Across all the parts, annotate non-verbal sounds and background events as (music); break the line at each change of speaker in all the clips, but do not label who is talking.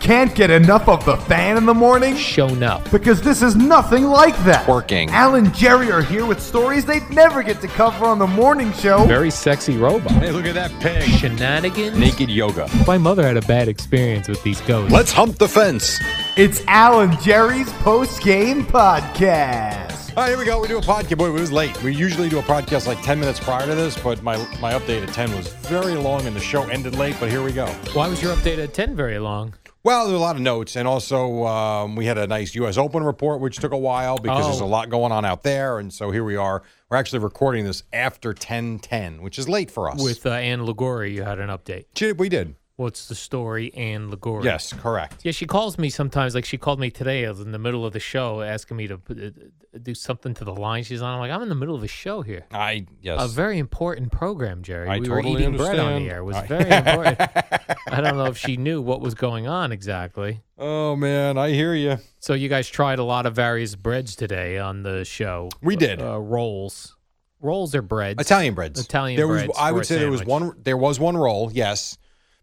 Can't get enough of the fan in the morning?
shown up.
Because this is nothing like that.
Working.
Al and Jerry are here with stories they'd never get to cover on the morning show.
Very sexy robot.
Hey, look at that pig.
Shenanigans.
Naked yoga.
My mother had a bad experience with these ghosts.
Let's hump the fence.
It's Al and Jerry's post game podcast.
All right, here we go. We do a podcast. Boy, we was late. We usually do a podcast like 10 minutes prior to this, but my, my update at 10 was very long and the show ended late, but here we go.
Why was your update at 10 very long?
Well, there's a lot of notes, and also um, we had a nice U.S. Open report, which took a while because
Oh.
there's a lot going on out there, and so here we are. We're actually recording this after 10:10, which is late for us.
With uh, Anne Ligori, you had an update.
Gee, we did.
What's the story, Anne Ligori?
Yes, correct.
Yeah, she calls me sometimes. Like she called me today I was in the middle of the show asking me to uh, do something to the line she's on. I'm like, I'm in the middle of a show here.
I yes.
A very important program, Jerry.
I
we
totally
were eating bread on
understand.
the air. It was
I-
very important.
(laughs)
I don't know if she knew what was going on exactly.
oh man, I hear you.
So you guys tried a lot of various breads today on the show.
We did.
uh, rolls. Rolls are breads.
Italian breads.
Italian
there
breads
Was, I
for
would
a
say there was
sandwich.
one. There was one roll, yes,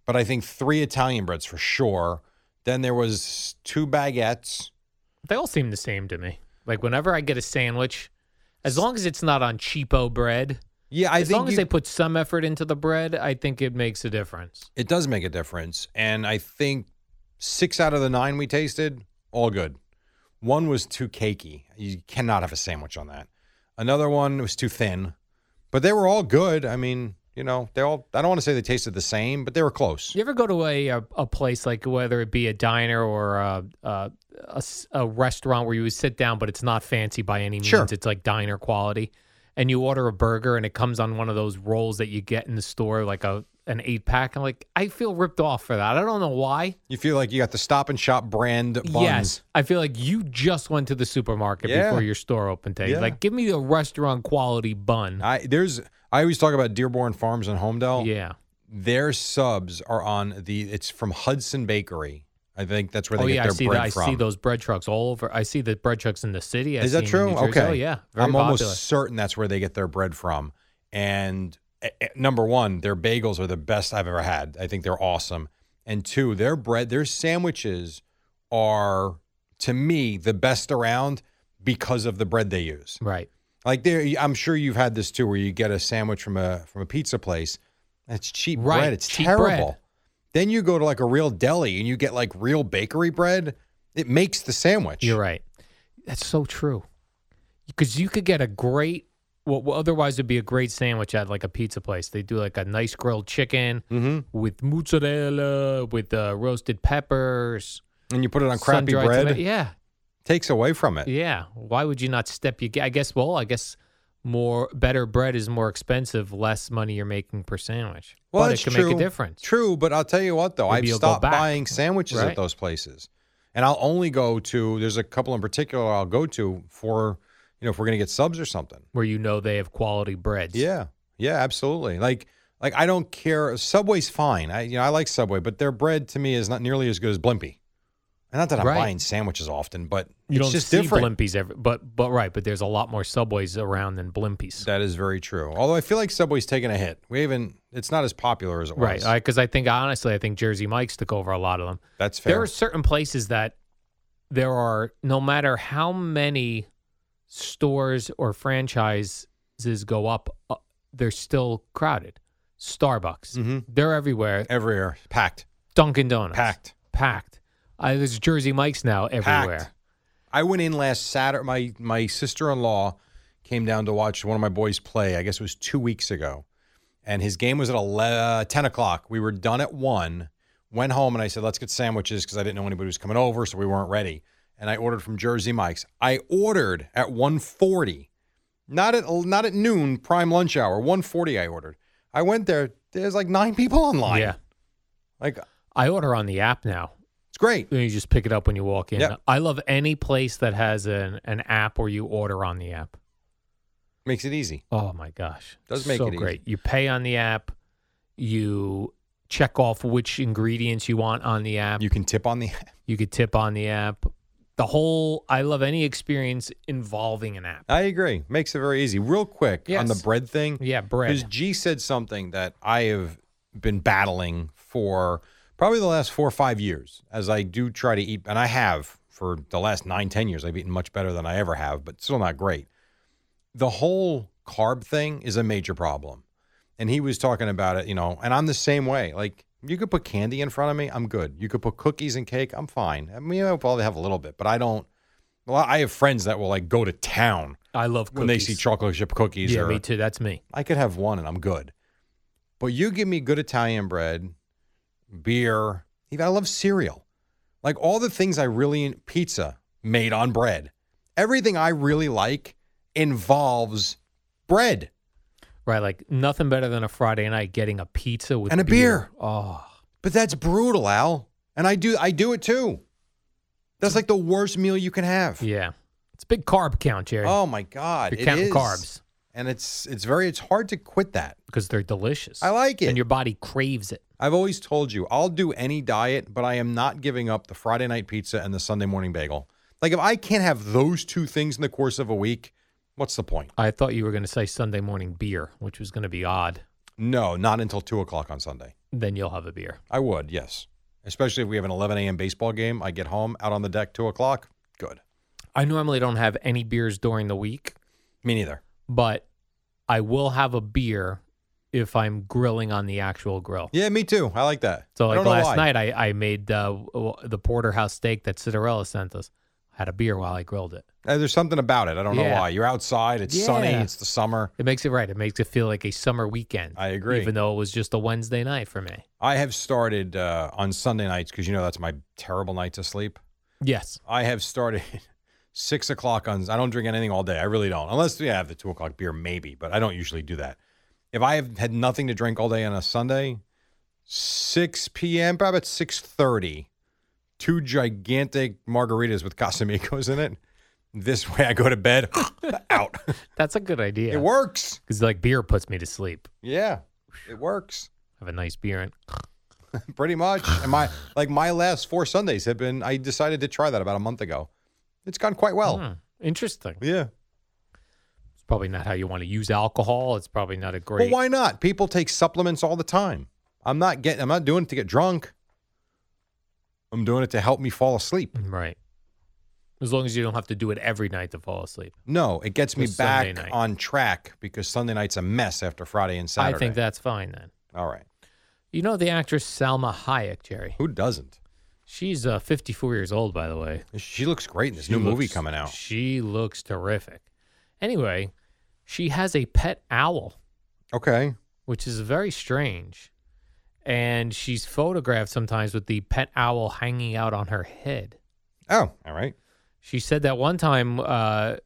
but I think three Italian breads for sure. Then there was two baguettes.
They all seem the same to me. Like whenever I get a sandwich, as long as it's not on cheapo bread,
Yeah, I
as
think
long as
you-
they put some effort into the bread, I think it makes a difference.
it does make a difference. And I think six out of the nine we tasted, all good. One was too cakey. You cannot have a sandwich on that. Another one was too thin, but they were all good. I mean, you know, they all. I don't want to say they tasted the same, but they were close.
You ever go to a a, a place like whether it be a diner or a, a, a s- a restaurant where you would sit down, but it's not fancy by any means.
Sure.
It's like diner quality, and you order a burger and it comes on one of those rolls that you get in the store, like a an eight pack. I'm like, I feel ripped off for that. I don't know why.
You feel like you got the Stop and Shop brand buns.
Yes, I feel like you just went to the supermarket
Yeah.
before your store opened today.
Yeah.
Like, give me a restaurant quality bun.
I there's I always talk about Dearborn Farms and Homedale.
yeah.
Their subs are on the it's from Hudson Bakery. I think that's where they
Oh
get
yeah, I
their
see
bread
that. I
from.
see those bread trucks all over. I see the bread trucks in the city. I
Is that
see 'em
true?
in New
Okay.
Jersey. Oh yeah, very
I'm
popular.
almost certain that's where they get their bread from. And eh, eh, number one, their bagels are the best I've ever had. I think they're awesome. And two, their bread, their sandwiches are to me the best around because of the bread they use.
right.
Like there, I'm sure you've had this too, where you get a sandwich from a from a pizza place. It's cheap
Right,
bread. It's
cheap
terrible.
bread.
Then you go to like a real deli and you get like real bakery bread. It makes the sandwich.
You're right. That's so true. Because you could get a great, what what otherwise would be a great sandwich at like a pizza place. They do like a nice grilled chicken
Mm-hmm.
with mozzarella, with uh, roasted peppers,
And you put it on crappy
sun-dried
bread.
toma- yeah,
Takes away from it.
yeah. Why would you not step your? ga- I guess. Well, I guess more better bread is more expensive. Less money you're making per sandwich. but it
that's
can make a difference.
True, but I'll tell you what though,
Maybe
I've
you'll go
stopped
back,
buying sandwiches at
right?
those places, and I'll only go to. There's a couple in particular I'll go to for, you know, if we're gonna get subs or something.
Where you know they have quality breads.
Yeah, yeah, absolutely. Like, like I don't care. Subway's fine. I, you know, I like Subway, but their bread to me is not nearly as good as Blimpie. And not that I'm
Right.
buying sandwiches often, but
You
it's
don't
just
see
different.
blimpies every, but but right, but there's a lot more subways around than blimpies.
That is very true. Although I feel like Subway's taking a hit. We haven't. It's not as popular as it
Right,
was.
because I think honestly, I think Jersey Mike's took over a lot of them.
That's
There
fair.
are certain places that there are no matter how many stores or franchises go up, uh, they're still crowded. Starbucks,
Mhm.
they're everywhere.
Everywhere packed,
Dunkin' Donuts,
packed,
packed. Uh, there's Jersey Mike's now everywhere.
packed. I went in last Saturday. My my sister in law came down to watch one of my boys play. I guess it was two weeks ago, and his game was at 11, 10 o'clock. We were done at one. Went home and I said, "Let's get sandwiches" because I didn't know anybody was coming over, so we weren't ready. And I ordered from Jersey Mike's. I ordered at 1:40, not at not at noon, prime lunch hour. 1:40, I ordered. I went there. There's like nine people online.
Yeah,
Like
I order on the app now.
great.
Then you just pick it up when you walk in.
Yeah.
I love any place that has an, an app where you order on the app.
Makes it easy.
Oh my gosh.
Does make
so
it easy.
great. You pay on the app, you check off which ingredients you want on the app.
You can tip on the
You could tip on the app. The whole I love any experience involving an app.
I agree. Makes it very easy. Real quick on the
Yes.
bread thing.
Yeah,
Because
bread.
G said something that I have been battling for probably the last four or five years as I do try to eat, and I have for the last nine, ten years. I've eaten much better than I ever have, but still not great. The whole carb thing is a major problem. And he was talking about it, you know, and I'm the same way. Like, you could put candy in front of me, I'm good. You could put cookies and cake, I'm fine. I mean, I'll probably have a little bit, but I don't. Well, I have friends that will like go to town
I love cookies.
when they see chocolate chip cookies
Yeah,
or
me too. That's me.
I could have one and I'm good. But you give me good Italian bread, beer, even I love cereal. Like all the things I really pizza made on bread. Everything I really like involves bread.
Right, like nothing better than a Friday night getting a pizza with
And a
beer.
beer.
Oh,
But that's brutal, Al. And I do I do it too. That's like the worst meal you can have.
yeah. It's a big carb count, Jerry.
Oh my god.
You're
it
counting
is.
carbs
And it's it's very it's hard to quit that.
because they're delicious.
I like it.
And your body craves it.
I've always told you, I'll do any diet, but I am not giving up the Friday night pizza and the Sunday morning bagel. Like, if I can't have those two things in the course of a week, what's the point?
I thought you were going to say Sunday morning beer, which was going to be odd.
No, not until two o'clock on Sunday.
Then you'll have a beer.
I would, yes. Especially if we have an 11 a.m. baseball game. I get home out on the deck, two o'clock. Good.
I normally don't have any beers during the week,
Me neither.
but I will have a beer if I'm grilling on the actual grill.
Yeah, me too. I like that.
So
I
like
don't know
last
why.
night, I, I made uh, w- the porterhouse steak that Cinderella sent us. Had a beer while I grilled it.
Uh, there's something about it. I don't know
Yeah.
why. You're outside, it's sunny,
Yeah.
it's the summer.
It makes it right. It makes it feel like a summer weekend.
I agree.
Even though it was just a Wednesday night for me.
I have started uh, on Sunday nights because you know that's my terrible night to sleep.
Yes.
I have started (laughs) six o'clock on. I don't drink anything all day. I really don't, unless yeah, I have the two o'clock beer, maybe. But I don't usually do that. If I have had nothing to drink all day on a Sunday, six p.m. probably about six thirty, two gigantic margaritas with Casamigos in it. This (laughs) way, I go to bed out.
That's a good idea.
It works.
Because like beer puts me to sleep.
Yeah, it works
Have a nice beer and
pretty much. And my like my last four Sundays have been. I decided to try that about a month ago. It's gone quite well.
Hmm, interesting.
Yeah.
It's probably not how you want to use alcohol. It's probably not a
Well,
great.
why not? People take supplements all the time. I'm not getting. I'm not doing it to get drunk. I'm doing it to help me fall asleep.
Right. As long as you don't have to do it every night to fall asleep.
No, it gets me
Just Sunday
back
night.
on track because Sunday night's a mess after Friday and Saturday.
I think that's fine then.
All right.
You know the actress Salma Hayek, Jerry.
Who doesn't?
She's uh, 54 years old, by the way.
She looks great in this
She
new movie
looks-
coming out.
She looks terrific. Anyway, she has a pet owl.
Okay.
which is very strange. And she's photographed sometimes with the pet owl hanging out on her head.
Oh, all right.
She said that one time uh,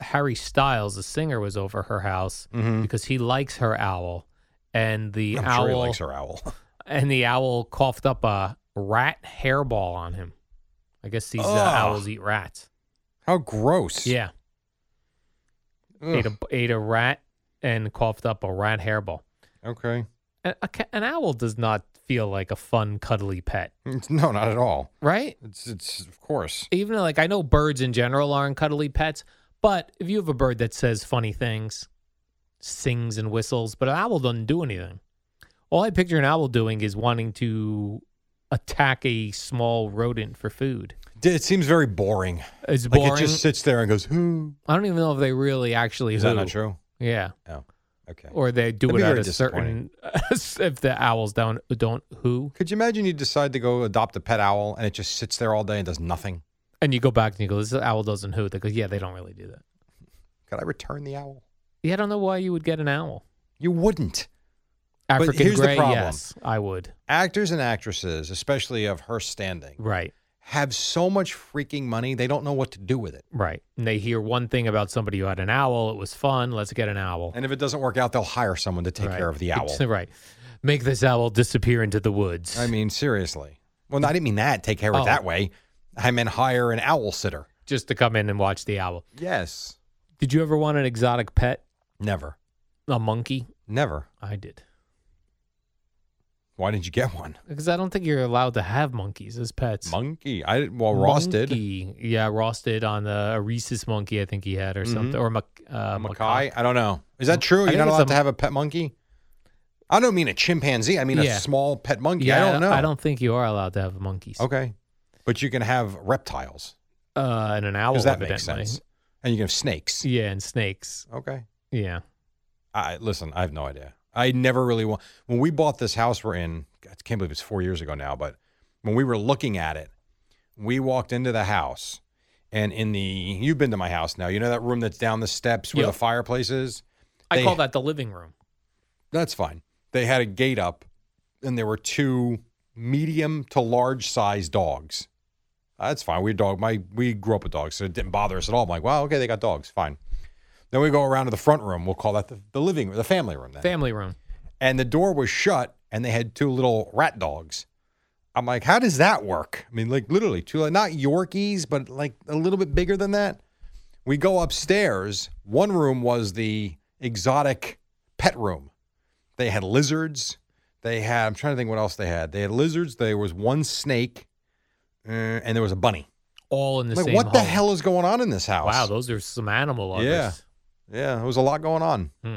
Harry Styles, the singer, was over her house
Mm-hmm.
because he likes her owl, and the
I'm
owl
sure he likes her owl. (laughs)
and the owl coughed up a rat hairball on him. I guess these uh,
Ugh.
owls eat rats.
How gross.
Yeah, ate a, ate a rat and coughed up a rat hairball.
Okay.
A- a ca- an owl does not feel like a fun, cuddly pet,
It's- no, not at all.
right?
It's it's of course.
even like I know birds in general aren't cuddly pets, but if you have a bird that says funny things, sings and whistles, but an owl doesn't do anything. All I picture an owl doing is wanting to attack a small rodent for food.
It seems very boring.
It's
Like
boring.
it just sits there and goes. Who?
I don't even know if they really actually.
Is that
hoo.
not true?
Yeah,
Oh, okay.
or they do
That'd be
it at
very
a certain. (laughs) if the owls don't don't who,
Could you imagine you decide to go adopt a pet owl and it just sits there all day and does nothing?
and you go back and you go, this owl doesn't who. They go, yeah, they don't really do that.
Could I return the owl?
Yeah, I don't know why you would get an owl.
You wouldn't. But
African
here's the
gray,
problem.
yes, I would.
Actors and actresses, especially of her standing,
Right.
have so much freaking money they don't know what to do with it.
Right. And they hear one thing about somebody who had an owl. It was fun. Let's get an owl.
And if it doesn't work out, they'll hire someone to take
Right.
care of the owl.
It's- right. Make this owl disappear into the woods.
I mean, seriously. Well, no, I didn't mean that. Take care of
Oh.
it that way. I meant hire an owl sitter.
just to come in and watch the owl.
Yes.
Did you ever want an exotic pet?
Never.
A monkey?
Never.
I did.
Why didn't you get one?
Because I don't think you're allowed to have monkeys as pets.
Monkey. I didn't. Well, Ross did.
Monkey. Yeah, Ross did on the a Rhesus monkey, I think he had, or something. Or mac, uh, macaque.
Mm-hmm. Mackay. I don't know. Is that true? You're
Mm, think
not
it's
allowed
a-
to have a pet monkey. I don't mean a chimpanzee. I mean
Yeah.
a small pet monkey.
Yeah,
I don't know.
I don't think you are allowed to have monkeys.
Okay. But you can have reptiles.
Uh, and an owl.
Does that make
evidently.
sense? And you can have snakes.
Yeah, and snakes.
Okay.
Yeah.
I listen. I have no idea. I never really want. When we bought this house we're in, I can't believe it's four years ago now. But when we were looking at it, we walked into the house, and in the you've been to my house now. You know that room that's down the steps where
Yep.
the fireplace is.
I
They-
call that the living room.
That's fine. They had a gate up, and there were two medium to large size dogs. That's fine. We dog. My we grew up with dogs, so it didn't bother us at all. I'm like, wow, okay, they got dogs, fine. Then we go around to the front room. We'll call that the, the living room, the family room. Then
Family room.
and the door was shut and they had two little rat dogs. I'm like, how does that work? I mean, like literally two, like, not Yorkies, but like a little bit bigger than that. We go upstairs. One room was the exotic pet room. They had lizards. They had, I'm trying to think what else they had. They had lizards. There was one snake uh, and there was a bunny.
All in the
like,
same
what the
home.
hell is going on in this house?
Wow, those are some animal lovers.
Yeah. yeah, there was a lot going on.
Hmm.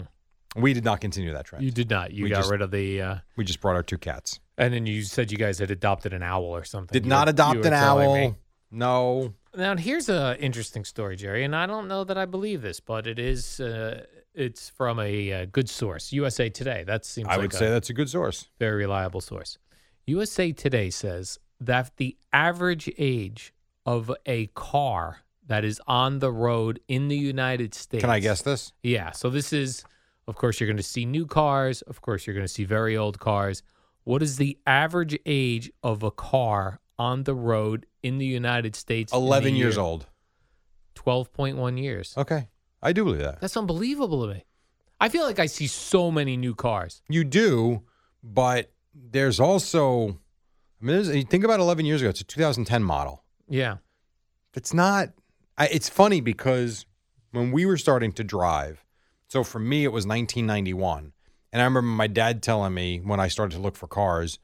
We did not continue that trend.
You did not. You
We
got
just-
rid of the. Uh,
we just brought our two cats.
and then you said you guys had adopted an owl or something.
Did
You
not
were- you
adopt
were
an
telling
owl.
me.
No.
Now here's a interesting story, Jerry, and I don't know that I believe this, but it is. Uh, it's from a, uh good source, USA Today. That seems
I
like
would
a
say that's a good source.
very reliable source. USA Today says that the average age of a car that is on the road in the United States.
Can I guess this?
Yeah. So this is, of course, you're going to see new cars. Of course, you're going to see very old cars. What is the average age of a car on the road in the United States? in the
11 years
year-
old. Oh.
12.1 years.
Okay. I do believe that.
That's unbelievable to me. I feel like I see so many new cars.
You do, but there's also, I mean, there's, you think about 11 years ago, it's a 2010 model.
Yeah.
It's not, I, it's funny because when we were starting to drive, so for me, it was 1991. And I remember my dad telling me when I started to look for cars,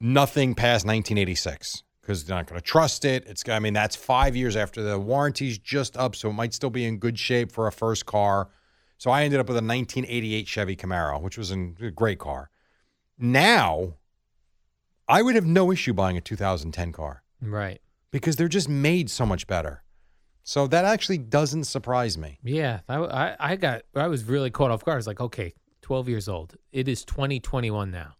nothing past 1986 because they're not going to trust it. It's I mean that's 5 years after the warranty's just up so it might still be in good shape for a first car. So I ended up with a 1988 Chevy Camaro, which was an- a great car. Now I would have no issue buying a 2010 car
Right.
because they're just made so much better. So that actually doesn't surprise me.
Yeah. I, I, I got, I was really caught off guard. I was like, okay, 12 years old. It is 2021 now.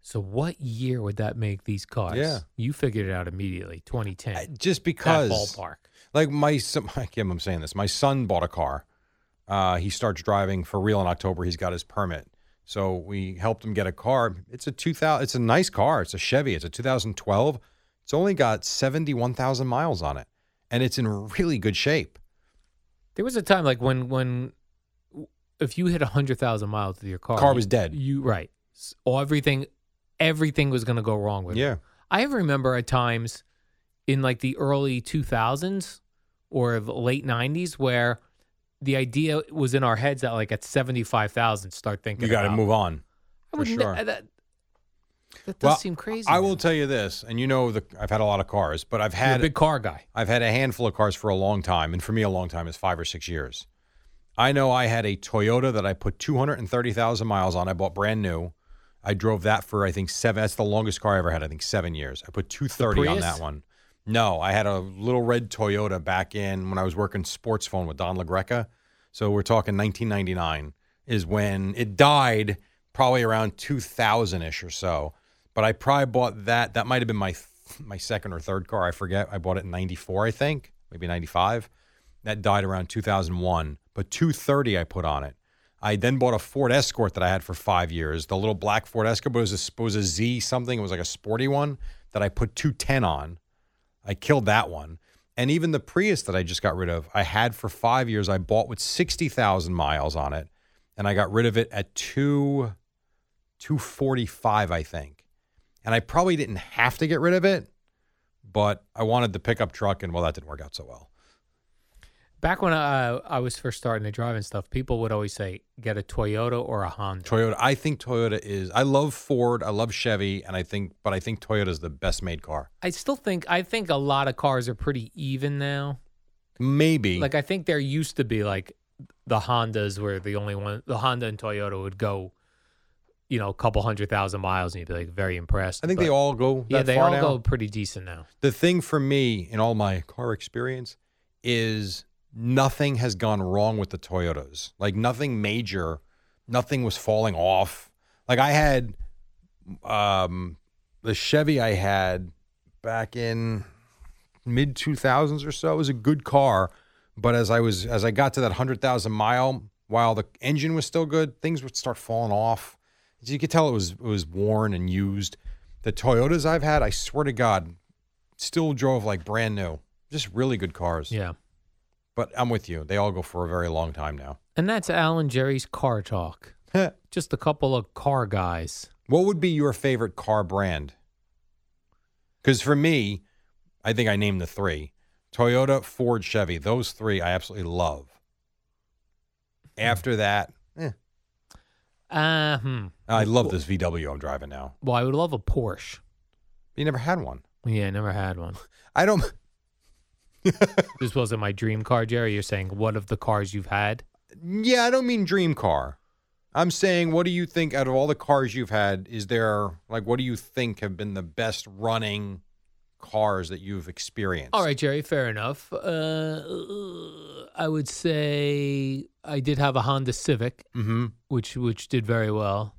So what year would that make these cars?
Yeah.
You figured it out immediately, 2010.
I- Just
that
because
ballpark.
like my son, (laughs) I can't believe I'm saying this. My son bought a car. Uh, he starts driving for real in October. He's got his permit, so we helped him get a car. It's a 2000. It's a nice car. It's a Chevy. It's a 2012. It's only got 71,000 miles on it, and it's in really good shape.
There was a time like when, when, if you hit 100,000 miles with your car,
Car
you-
was dead.
You, right. S- All everything, everything was going to go wrong with it.
Yeah,
I remember at times in like the early 2000s or the late 90s where the idea was in our heads that like at 75,000 start thinking
you got to
about-
move on.
I
for
would ne-
sure.
that, that does
Well,
seem crazy.
I
man.
will tell you this, and you know, the, I've had a lot of cars, but I've
You're a
had
big car guy.
I've had a handful of cars for a long time, and for me, a long time is five or six years. I know I had a Toyota that I put 230,000 miles on. I bought brand new. I drove that for, I think, seven. That's the longest car I ever had, I think, seven years. I put 230 on
Prius?
that one. No, I had a little red Toyota back in when I was working sports phone with Don LaGreca. So we're talking 1999 is when it died, probably around 2000 ish or so. But I probably bought that. That might have been my my second or third car. I forget. I bought it in 94, I think, maybe 95. That died around 2001. But 230 I put on it. I then bought a Ford Escort that I had for five years. The little black Ford Escort but it was a, it was a Z something. It was like a sporty one that I put 210 on. I killed that one. And even the Prius that I just got rid of, I had for five years. I bought with 60,000 miles on it. And I got rid of it at two, 245, I think. and I probably didn't have to get rid of it, but I wanted the pickup truck, and well, that didn't work out so well.
Back when uh, I was first starting to drive and stuff, people would always say, get a Toyota or a Honda.
Toyota, I think Toyota is. I love Ford, I love Chevy, and I think, but I think Toyota is the best made car.
I still think, I think a lot of cars are pretty even now.
Maybe
Like, I think there used to be like the Hondas were the only one, the Honda and Toyota would go, you know, a couple hundred thousand miles and you'd be like very impressed.
I think they
but-
all go.
yeah,
that
they
far
all
now.
go pretty decent now.
The thing for me in all my car experience is nothing has gone wrong with the Toyotas. Like nothing major, nothing was falling off. Like I had um the Chevy I had back in mid 2000s or so it was a good car, but as I was as I got to that 100,000 mile while the engine was still good, things would start falling off. As you could tell it was it was worn and used. The Toyotas I've had, I swear to God, still drove like brand new. Just really good cars.
Yeah.
But I'm with you. They all go for a very long time now. (laughs)
And that's Alan Jerry's car talk. Just a couple of car guys.
what would be your favorite car brand? Because for me, I think I named the three Toyota, Ford, Chevy. Those three I absolutely love. After that, eh,
Uh, hmm.
I love this VW I'm driving now.
Well, I would love a Porsche.
You never had one.
Yeah, I never had one.
I don't. (laughs)
this wasn't my dream car, Jerry. You're saying what of the cars you've had?
Yeah, I don't mean dream car. I'm saying, what do you think out of all the cars you've had? Is there like, what do you think have been the best running cars that you've experienced?
All right, Jerry, fair enough. Uh, I would say I did have a Honda Civic,
Mm-hmm.
which which did very well.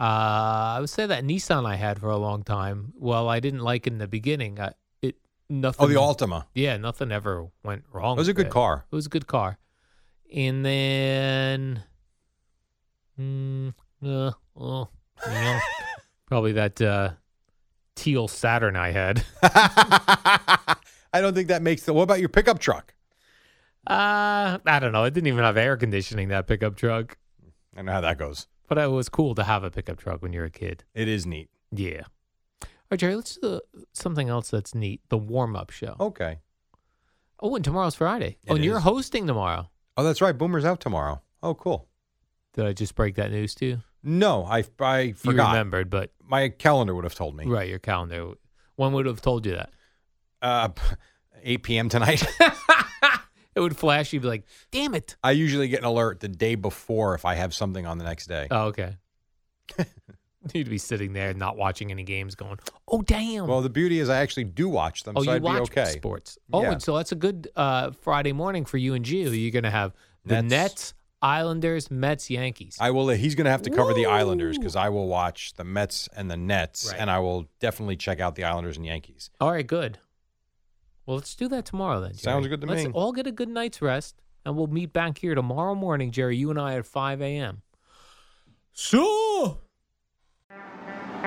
Uh, I would say that Nissan I had for a long time. Well, I didn't like in the beginning. I, it nothing.
Oh, the Altima.
Yeah, nothing ever went wrong.
That was a
with
good
it.
car. (laughs)
It was a good car. And then, mm, uh, well, you
(laughs)
know, probably that uh, teal Saturn I had. (laughs)
I don't think that makes the. What about your pickup truck?
Uh, I don't know. It didn't even have air conditioning, that pickup truck.
I know how that goes.
But it was cool to have a pickup truck when you're a kid.
It is neat.
Yeah. All right, Jerry, let's do something else that's neat the warm up show. Oh.
Okay.
and tomorrow's Friday. oh,
It
and you're
is.
hosting tomorrow.
Oh, that's right. Boomer's out tomorrow. Oh, cool.
Did I just break that news to you?
No, I I
You
forgot.
remembered, but
My calendar would have told me.
right, your calendar. One would have told you that.
Uh, (laughs) 8 p.m. tonight. (laughs)
It would flash. You'd be like, "Damn it!"
I usually get an alert the day before if I have something on the next day.
Oh, okay. (laughs) You'd be sitting there not watching any games, going, "Oh, damn!"
Well, the beauty is I actually do watch them,
oh,
so
you
I'd
watch
be okay.
sports. Oh,
Yeah.
and so that's a good uh, Friday morning for you and Gio. You're gonna have the
Nets.
Nets, Islanders, Mets, Yankees.
I will. He's going to have to cover the Islanders because I will watch the Mets and the Nets,
Right.
and I will definitely check out the Islanders and Yankees.
All right, good. Well, let's do that tomorrow then.
Sounds
Jerry.
good to
let's
me.
all get a good night's rest, and we'll meet back here tomorrow morning, Jerry. You and I at 5 a.m. So.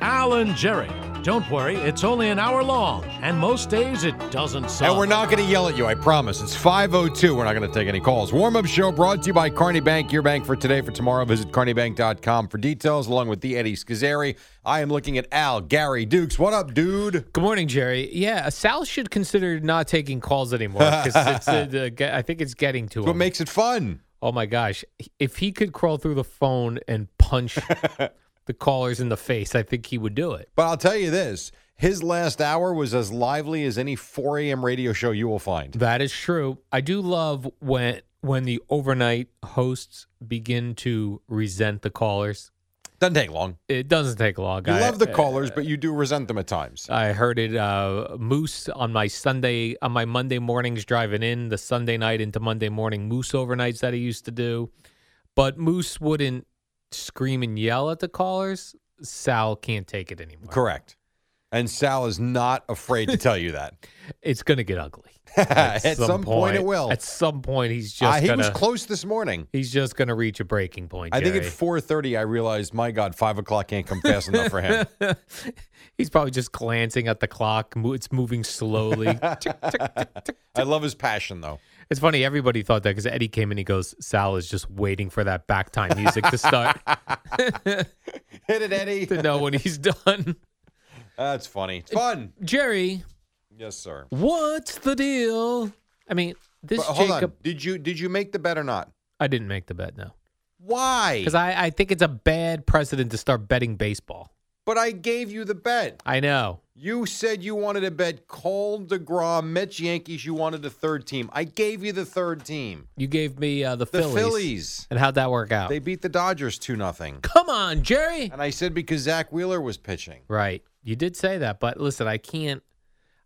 Alan Jerry. Don't worry, it's only an hour long, and most days it doesn't suck.
And we're not going to yell at you, I promise. It's 502. We're not going to take any calls. Warm up show brought to you by Carney Bank, your bank for today, for tomorrow. Visit carneybank.com for details, along with the Eddie Scazzeri. I am looking at Al, Gary, Dukes. What up, dude?
Good morning, Jerry. Yeah, Sal should consider not taking calls
(laughs)
anymore because uh, the ge- I think it's getting to him.
What makes it fun?
oh my gosh, if he could crawl through the phone and
(laughs)
punch the callers in the face, I think he would do it.
But I'll tell you this his last hour was as lively as any 4 a.m. radio show you will find.
That is true. I do love when when the overnight hosts begin to resent the callers.
Doesn't take long.
It doesn't take long.
You
I-
love the
uh,
callers, but you do resent them at times.
I heard it uh, Moose on my Sunday on my Monday mornings driving in the Sunday night into Monday morning Moose overnights that he used to do. But Moose wouldn't scream and yell at the callers. Sal can't take it anymore.
Correct. And Sal is not afraid to tell you that. (laughs)
It's going to get ugly.
at, some, point, it will.
At some point he's
Uh,
just
he
gonna,
was close this morning.
he's just going to reach a breaking point.
I think at
Jerry.
four thirty, I realized, my God, five o'clock can't come fast enough for (laughs) him.
(laughs) he's probably just glancing at the clock. Mo- It's moving
(laughs)
slowly.
I love his passion, though.
It's funny, everybody thought that because Eddie came in, he goes, Sal is just waiting for that back time music to
(laughs)
start
Hit it, Eddie.
to know when he's done.
(laughs) That's funny. It's fun.
Jerry,
Yes, sir.
what's the deal? I mean, this
But hold
Jacob,
on. Did you did you make the bet or not?
I didn't make the bet, no.
Why?
Because I, I think it's a bad precedent to start betting baseball.
but I gave you the bet.
I know.
You said you wanted to bet Cole DeGrom, Mets, Yankees. You wanted the third team. I gave you the third team.
You gave me uh, the,
The
Phillies.
Phillies.
And how'd that work out?
They beat the Dodgers two nothing.
Come on, Jerry.
And I said because Zach Wheeler was pitching.
Right. You did say that, but listen, I can't,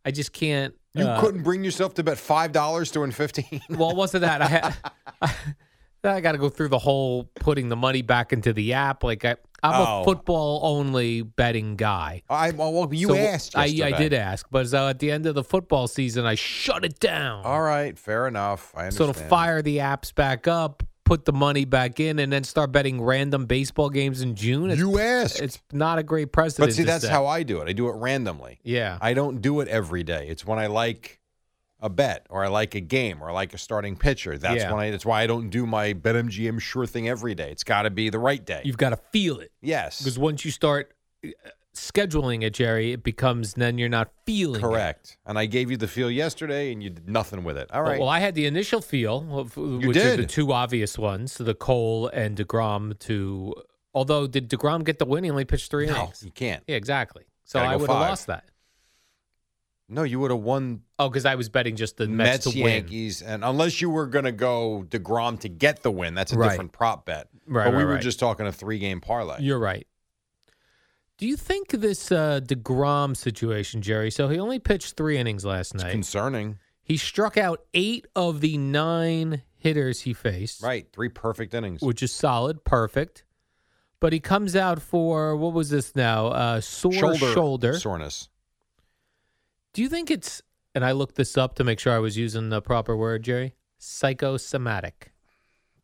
I just can't.
You
uh,
couldn't bring yourself to bet five dollars to win fifteen. (laughs)
Well, it wasn't that I had (laughs) I, got to go through the whole putting the money back into the app. Like I, I'm
Oh.
a football only betting guy.
I well, well, you
So
asked.
I, I
yesterday.
did ask, but so at the end of the football season, I shut it down.
All right, fair enough. I
so
understand.
to fire the apps back up, put the money back in, and then start betting random baseball games in June. It's,
you asked.
it's not a great precedent.
but see,
to
that's
set.
how I do it. I do it randomly.
Yeah.
I don't do it every day. It's when I like a bet or I like a game or I like a starting pitcher. That's
Yeah.
when I. That's why I don't do my BetMGM sure thing every day. It's got to be the right day.
You've got to feel it
yes,
because once you start uh, scheduling it, Jerry, it becomes then you're not feeling it.
correct. And I gave you the feel yesterday, and you did nothing with it. All right.
Well, I had the initial feel, of, uh, which are the
did.
two obvious ones, the Cole and DeGrom to although did DeGrom get the win? He only pitched three
no,
innings.
you can't.
Yeah, exactly. So
Gotta
I
go
would have
five.
lost that.
No, you would have won
Oh, because I was betting just the Mets,
Mets,
to win.
Yankees, and unless you were going to go Degrom to get the win, that's a
Right.
different prop bet.
Right,
but we
right,
were
right.
just talking a three-game parlay.
You're right. Do you think this uh, DeGrom situation, Jerry? So he only pitched three innings last
it's
night.
concerning,
he struck out eight of the nine hitters he faced.
right? Three perfect innings.
which is solid, perfect. But he comes out for what was this now? Uh, sore shoulder.
soreness.
Do you think it's? And I looked this up to make sure I was using the proper word, Jerry. Psychosomatic.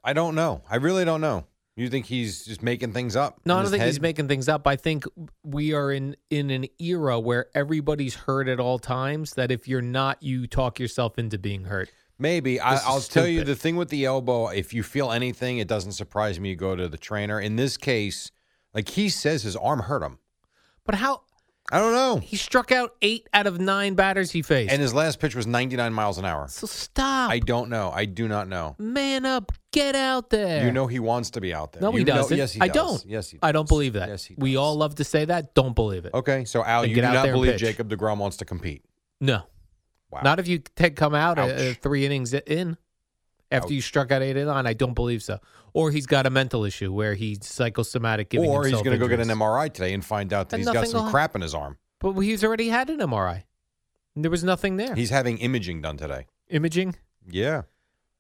I don't know. I really don't know. You think he's just making things up?
No, I
in
don't
his
think he's
head?
making things up. I think we are in in an era where everybody's hurt at all times. That if you're not, you talk yourself into being hurt.
Maybe I,
This is
I'll tell you
stupid.
the thing with the elbow. If you feel anything, it doesn't surprise me. You go to the trainer. In this case, like he says, his arm hurt him.
But how
I don't know.
he struck out eight out of nine batters he faced.
And his last pitch was 99 miles an hour.
so stop,
I don't know. I do not know.
man up, get out there.
You know he wants to be out there.
No, he
You know-
doesn't.
yes, he
I
does.
don't.
Yes, he
I don't
does.
believe that.
Yes, he
We
does.
all love to say that. Don't believe it.
Okay, so Al,
Then
you
get
do
out
not
there and
believe
pitch.
Jacob Degrom wants to compete.
No,
Wow.
not if you take come out uh, uh,
Ouch.
three innings in after
Ouch.
you struck out eight and nine. I don't believe so. Or he's got a mental issue where he's psychosomatic. Giving
or he's
himself
going to go get an
injuries.
MRI today and find out that
And
he's got
nothing
some
will
crap in his arm.
But he's already had an MRI. There was nothing there.
He's having imaging done today.
imaging.
Yeah,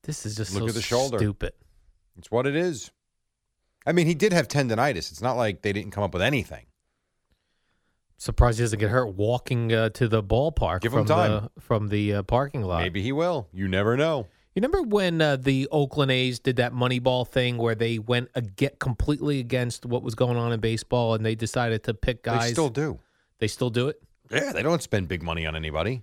This is just
Look
so
at the shoulder.
stupid.
it's what it is. I mean, he did have tendonitis. It's not like they didn't come up with anything.
Surprised he doesn't get hurt walking uh, to the ballpark
Give him
from
time.
the from the uh, parking lot.
Maybe he will. You never know.
You remember when uh, the Oakland A's did that Moneyball thing where they went ag- completely against what was going on in baseball and they decided to pick guys?
They still do.
They still do it?
Yeah, they don't spend big money on anybody,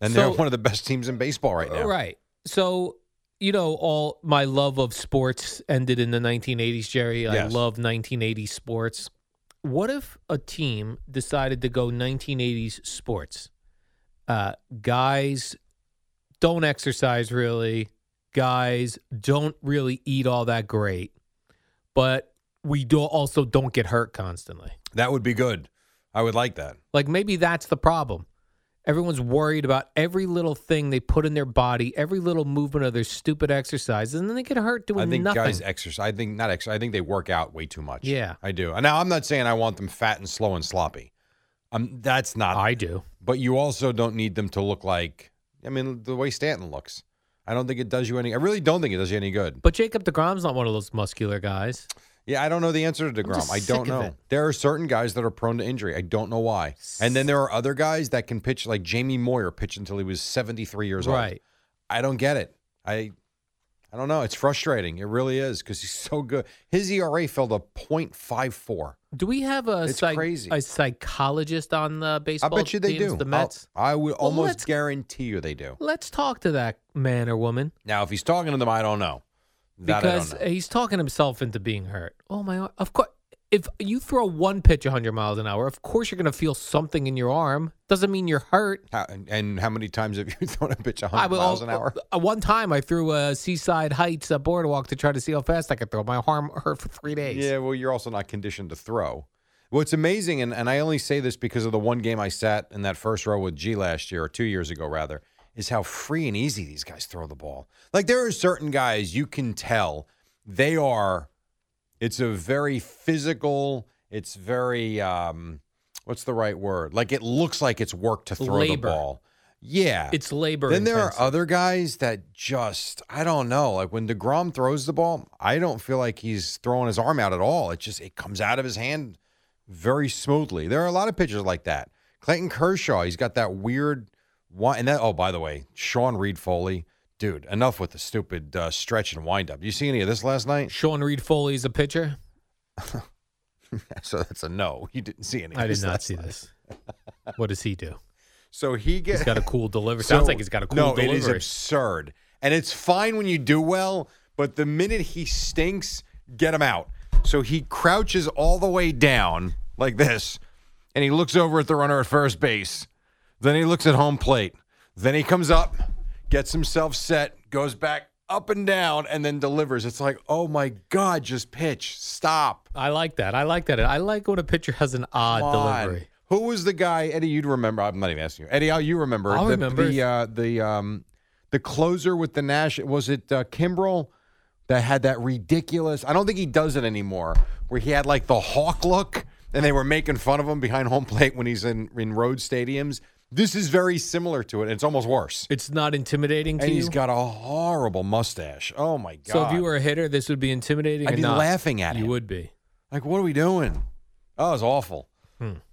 and
So-
they're one of the best teams in baseball right now.
Right. So, you know, all my love of sports ended in the 1980s, Jerry. I
Yes.
love 1980s sports. What if a team decided to go 1980s sports? Uh, guys don't exercise really. Guys don't really eat all that great. But we do also don't get hurt constantly.
That would be good. I would like that.
Like maybe that's the problem. Everyone's worried about every little thing they put in their body, every little movement of their stupid exercise, and then they get hurt doing
I think
nothing.
guys exercise. I think not exercise. I think they work out way too much.
Yeah.
I do. And now I'm not saying I want them fat and slow and sloppy. Um, that's not.
I do.
but you also don't need them to look like. I mean, the way Stanton looks. I don't think it does you any. I really don't think it does you any good.
But Jacob Degrom's not one of those muscular guys.
Yeah, I don't know the answer to Degrom.
just
I don't
sick of
know.
it.
There are certain guys that are prone to injury. I don't know why. And then there are other guys that can pitch like Jamie Moyer pitched until he was 73 years old.
Right.
I don't get it. I I don't know. It's frustrating. It really is because he's so good. His ERA fell to .54.
Do we have a,
It's
psych-
crazy.
a psychologist on the
I
baseball?
bet you they
teams,
do. Oh.
The Mets.
I'll- I would
Well, let's-
almost guarantee you they do.
Let's talk to that man or woman
Now, if he's talking to them, I don't know. That
because
I don't know.
he's talking himself into being hurt. Oh my! Of course, if you throw one pitch 100 miles an hour, of course you're going to feel something in your arm. Doesn't mean you're hurt.
How, and- and how many times have you (laughs) thrown a pitch 100
I will-
miles
(laughs)
an hour?
uh, one time I threw a Seaside Heights uh boardwalk to try to see how fast I could throw. My arm (laughs) hurt for three days.
Yeah, well, you're also not conditioned to throw. What's amazing, and, and I only say this because of the one game I sat in that first row with G last year, or two years ago rather, is how free and easy these guys throw the ball. Like there are certain guys you can tell they are. It's a very physical. It's very um, what's the right word? Like it looks like it's work to throw
Labor.
the ball. Yeah,
It's labor.
then there
intensive.
are other guys that just I don't know. Like when Degrom throws the ball, I don't feel like he's throwing his arm out at all. It just it comes out of his hand very smoothly. There are a lot of pitchers like that. Clayton Kershaw, he's got that weird one. And that oh, by the way, Sean Reed Foley, dude, enough with the stupid uh, stretch and wind up. You see any of this last night? (laughs)
Sean Reed Foley's a pitcher.
so that's a no. You didn't see any. of
I did
this
not
last
see
night.
this. What does he do?
So he gets
He's got a cool delivery. Sounds
(laughs) So-
like he's got a cool
no,
delivery.
it is absurd. And it's fine when you do well, but the minute he stinks, get him out. So he crouches all the way down like this, and he looks over at the runner at first base. Then he looks at home plate. Then he comes up, gets himself set, goes back up and down, and then delivers. It's like, oh my God, just pitch. Stop.
I like that. I like that. I like when a pitcher has an odd
Come on.
delivery.
Who was the guy, Eddie? You'd remember. I'm not even asking you, Eddie. How you remember?
I'll
the,
remember.
the uh, the um the closer with the Nash. Was it uh, Kimbrel that had that ridiculous? I don't think he does it anymore. Where he had like the hawk look, and they were making fun of him behind home plate when he's in in road stadiums. This is very similar to it. It's almost worse.
It's not intimidating to
And
you.
he's got a horrible mustache. Oh my god!
so if you were a hitter, this would be intimidating.
I'd
or
be
not?
laughing at
You
him.
would be.
Like, what are we doing? Oh, it's awful.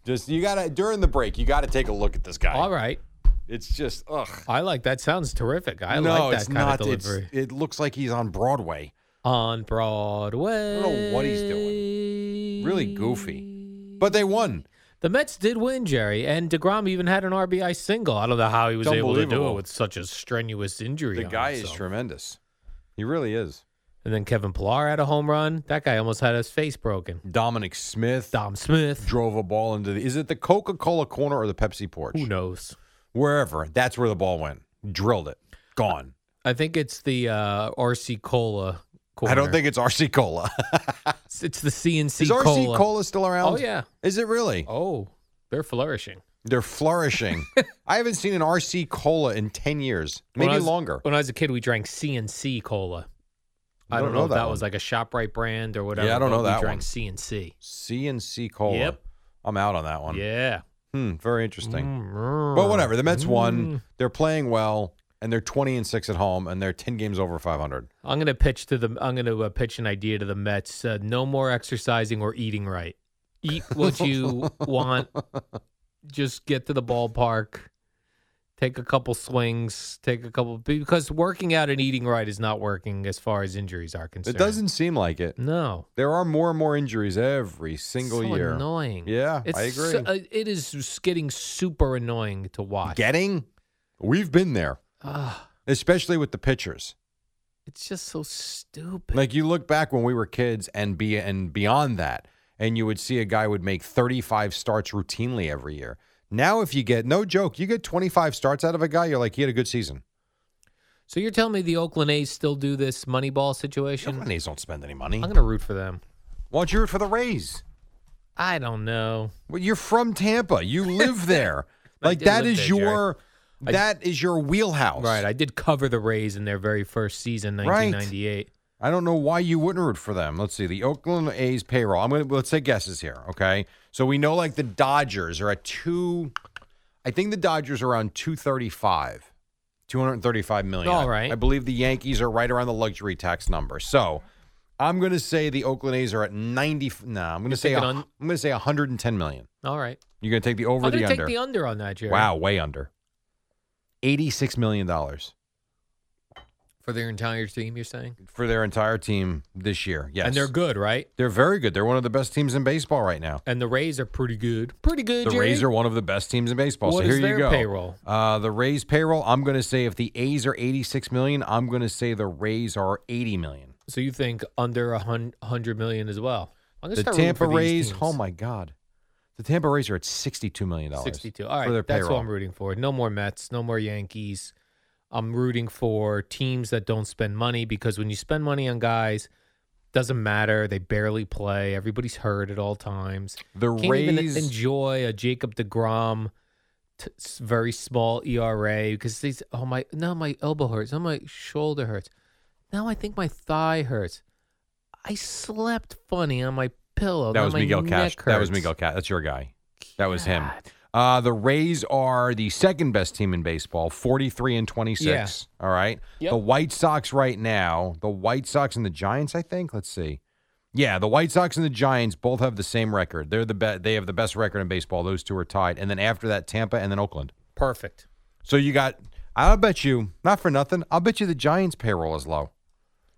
Just you gotta during the break, you gotta take a look at this guy.
Hmm. All right.
It's just ugh.
I like that. Sounds terrific. I
no,
like that
it's
kind
not.
of
it's-
delivery.
it looks like he's on Broadway.
On Broadway.
I don't know what he's doing. Really goofy. But they won.
The Mets did win, Jerry, and DeGrom even had an RBI single. I don't know how he was
It's
able to do it
unbelievable.
with such a strenuous injury.
The
on
guy is
himself.
tremendous. He really is.
And then Kevin Pillar had a home run. That guy almost had his face broken.
Dominic Smith
Dom Smith.
drove a ball into the. Is it the Coca Cola corner or the Pepsi porch?
Who knows?
Wherever. That's where the ball went. Drilled it. Gone.
I think it's the uh, RC Cola. Corner.
I don't think it's RC Cola. (laughs)
it's, it's the CNC
is RC
Cola.
Cola. still around?
Oh yeah.
Is it really?
Oh, they're flourishing. (laughs)
They're flourishing. I haven't seen an RC Cola in 10 years,
When
maybe
I was-
longer.
When I was a kid, we drank CNC Cola. I
Don't
don't, know,
know
if
that
that, was
one.
like a Shoprite brand or whatever.
Yeah, I don't
but
know that
We drank
one.
CNC.
CNC Cola.
Yep.
I'm out on that one.
Yeah. Mm. Mm-hmm.
Hmm, very interesting.
But
But whatever, the Mets
Mm-hmm. Mm.
won. They're playing well, and they're twenty and six at home, and they're ten games over five hundred.
I'm gonna pitch to the. I'm gonna uh, pitch an idea to the Mets. Uh, no more exercising or eating right. Eat what
(laughs)
you want. Just get to the ballpark. Take a couple swings. Take a couple because working out and eating right is not working as far as injuries are concerned.
It doesn't seem like it.
No.
There are more and more injuries every
It's
single
so
year.
Annoying.
Yeah,
It's
I agree.
so- uh, it is s- getting super annoying to watch.
Getting, we've been there,
Ah,
especially with the pitchers.
it's just so stupid.
Like you look back when we were kids, and be and beyond that, and you would see a guy would make thirty five starts routinely every year. Now, if you get no joke, you get twenty five starts out of a guy, you're like he had a good season.
so you're telling me the Oakland A's still do this Moneyball situation?
Oakland A's don't spend any money.
I'm gonna root for them.
Why don't you root for the Rays?
I don't know. (laughs)
Well, you're from Tampa. You live there. Like
did
that
live
is
there, Jerry.
your
I-
that is your wheelhouse.
Right. I did cover the Rays in their very first season,
Right.
1998.
I don't know why you wouldn't root for them. Let's see the Oakland A's payroll. I'm gonna let's take guesses here. Okay, so we know like the Dodgers are at two. I think the Dodgers are around 235, 235 million.
All right.
I believe the Yankees are right around the luxury tax number. So I'm gonna say the Oakland A's are at 90. No, I'm gonna say a,
thinking
I'm
un-
gonna say 110 million.
All right.
You're gonna take the
I'm
over or the
gonna
under.
take the under on that, Jerry.
wow, way under. 86 million dollars
For their entire team, you're saying?
for their entire team this year. Yes,
And they're good, right?
They're very good. They're one of the best teams in baseball right now.
And the Rays are pretty good. Pretty good.
The
Jerry.
Rays are one of the best teams in baseball.
What
so here
is
you
their
go.
payroll?
Uh, the Rays payroll. I'm going to say if the A's are 86 million, I'm going to say the Rays are 80 million.
So you think under a hun- 100 million as well? I'm gonna
The
start rooting
Tampa
for these
Rays.
teams.
Oh my God. The Tampa Rays are at 62 million dollars.
62. All
for their
right, that's
payroll.
what I'm rooting for. No more Mets, no more Yankees. I'm rooting for teams that don't spend money because when you spend money on guys, doesn't matter. They barely play. Everybody's hurt at all times.
The
Can't
Rays.
even enjoy a Jacob Degrom t- s- very small ERA because these. Oh my! Now my elbow hurts. Now my shoulder hurts. Now I think my thigh hurts. I slept funny on my pillow.
that
Now
was
my
Miguel Cash.
neck
That was
hurts.
Miguel Cash. That's your guy. That was him.
God.
Uh, the Rays are the second best team in baseball, 43 and 26. All right.
Yep.
The White Sox right now, the White Sox and the Giants, I think. Let's see. Yeah, the White Sox and the Giants both have the same record. They're the be- they have the best record in baseball. Those two are tied. And then after that, Tampa and then Oakland.
Perfect.
So you got I'll bet you, not for nothing, I'll bet you the Giants payroll is low.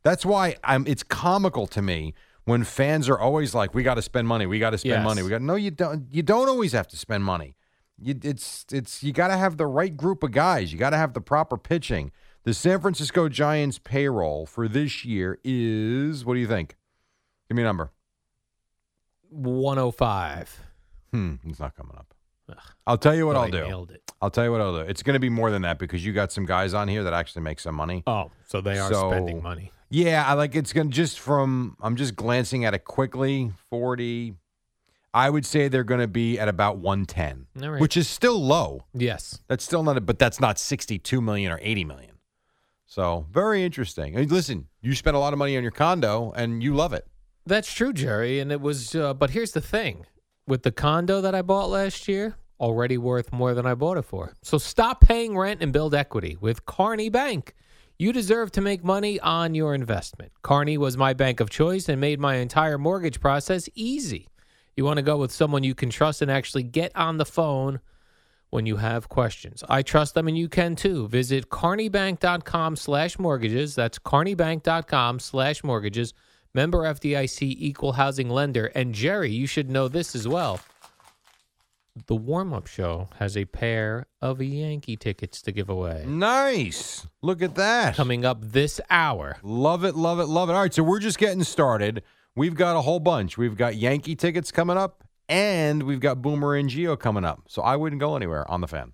That's why I'm it's comical to me when fans are always like, We gotta spend money, we gotta spend
Yes.
money. We got no you don't you don't always have to spend money. You, it's it's you gotta have the right group of guys. You gotta have the proper pitching. The San Francisco Giants payroll for this year is what do you think? Give me a number.
105.
Hmm, it's not coming up. I'll tell you what
Oh,
I'll
I
do.
Nailed it.
I'll tell you what I'll do. It's going to be more than that because you got some guys on here that actually make some money.
Oh, so they are
So-
spending money.
Yeah, I like it's going to just from I'm just glancing at it quickly. 40 I would say they're going to be at about 110,
All right.
which is still low.
Yes.
That's still not a, but that's not 62 million or 80 million. So, very interesting. I mean, listen, you spent a lot of money on your condo and you love it.
That's true, Jerry. And it was, uh, but here's the thing with the condo that I bought last year, already worth more than I bought it for. So stop paying rent and build equity with Carney Bank. You deserve to make money on your investment. Carney was my bank of choice and made my entire mortgage process easy. You want to go with someone you can trust and actually get on the phone when you have questions. I trust them and you can too. Visit carneybank.com slash mortgages. That's carneybank.com slash mortgages. Member FDIC equal housing lender. And Jerry, you should know this as well. The warm up show has a pair of Yankee tickets to give away.
Nice. Look at that.
Coming up this hour.
Love it, love it, love it. All right, so we're just getting started. We've got a whole bunch. We've got Yankee tickets coming up, and we've got Boomer and Geo coming up. So I wouldn't go anywhere on the fan.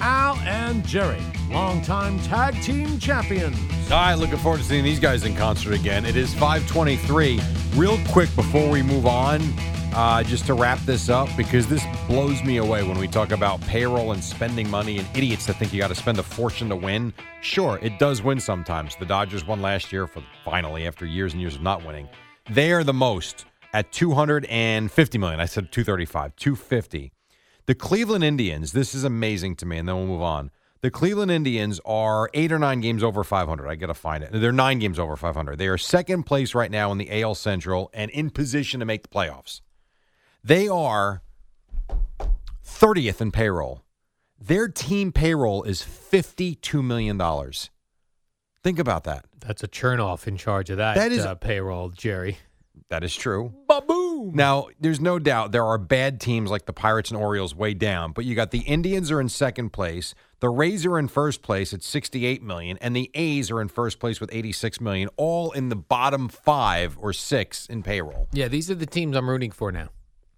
Al and Jerry, longtime tag team champions.
All right, looking forward to seeing these guys in concert again. It is 523. Real quick before we move on, uh, just to wrap this up, because this blows me away when we talk about payroll and spending money and idiots that think you got to spend a fortune to win. Sure, it does win sometimes. The Dodgers won last year for finally after years and years of not winning. They are the most at 250 million. I said 235, 250. The Cleveland Indians, this is amazing to me, and then we'll move on. The Cleveland Indians are eight or nine games over 500. I got to find it. They're nine games over 500. They are second place right now in the AL Central and in position to make the playoffs. They are 30th in payroll. Their team payroll is $52 million. Think about that.
That's a churnoff in charge of that,
That is-
uh, payroll, Jerry.
That is true.
Ba-boom.
Now, there's no doubt there are bad teams like the Pirates and Orioles way down, but you got the Indians are in second place, the Rays are in first place at 68 million, and the A's are in first place with 86 million, all in the bottom five or six in payroll.
Yeah, these are the teams I'm rooting for now.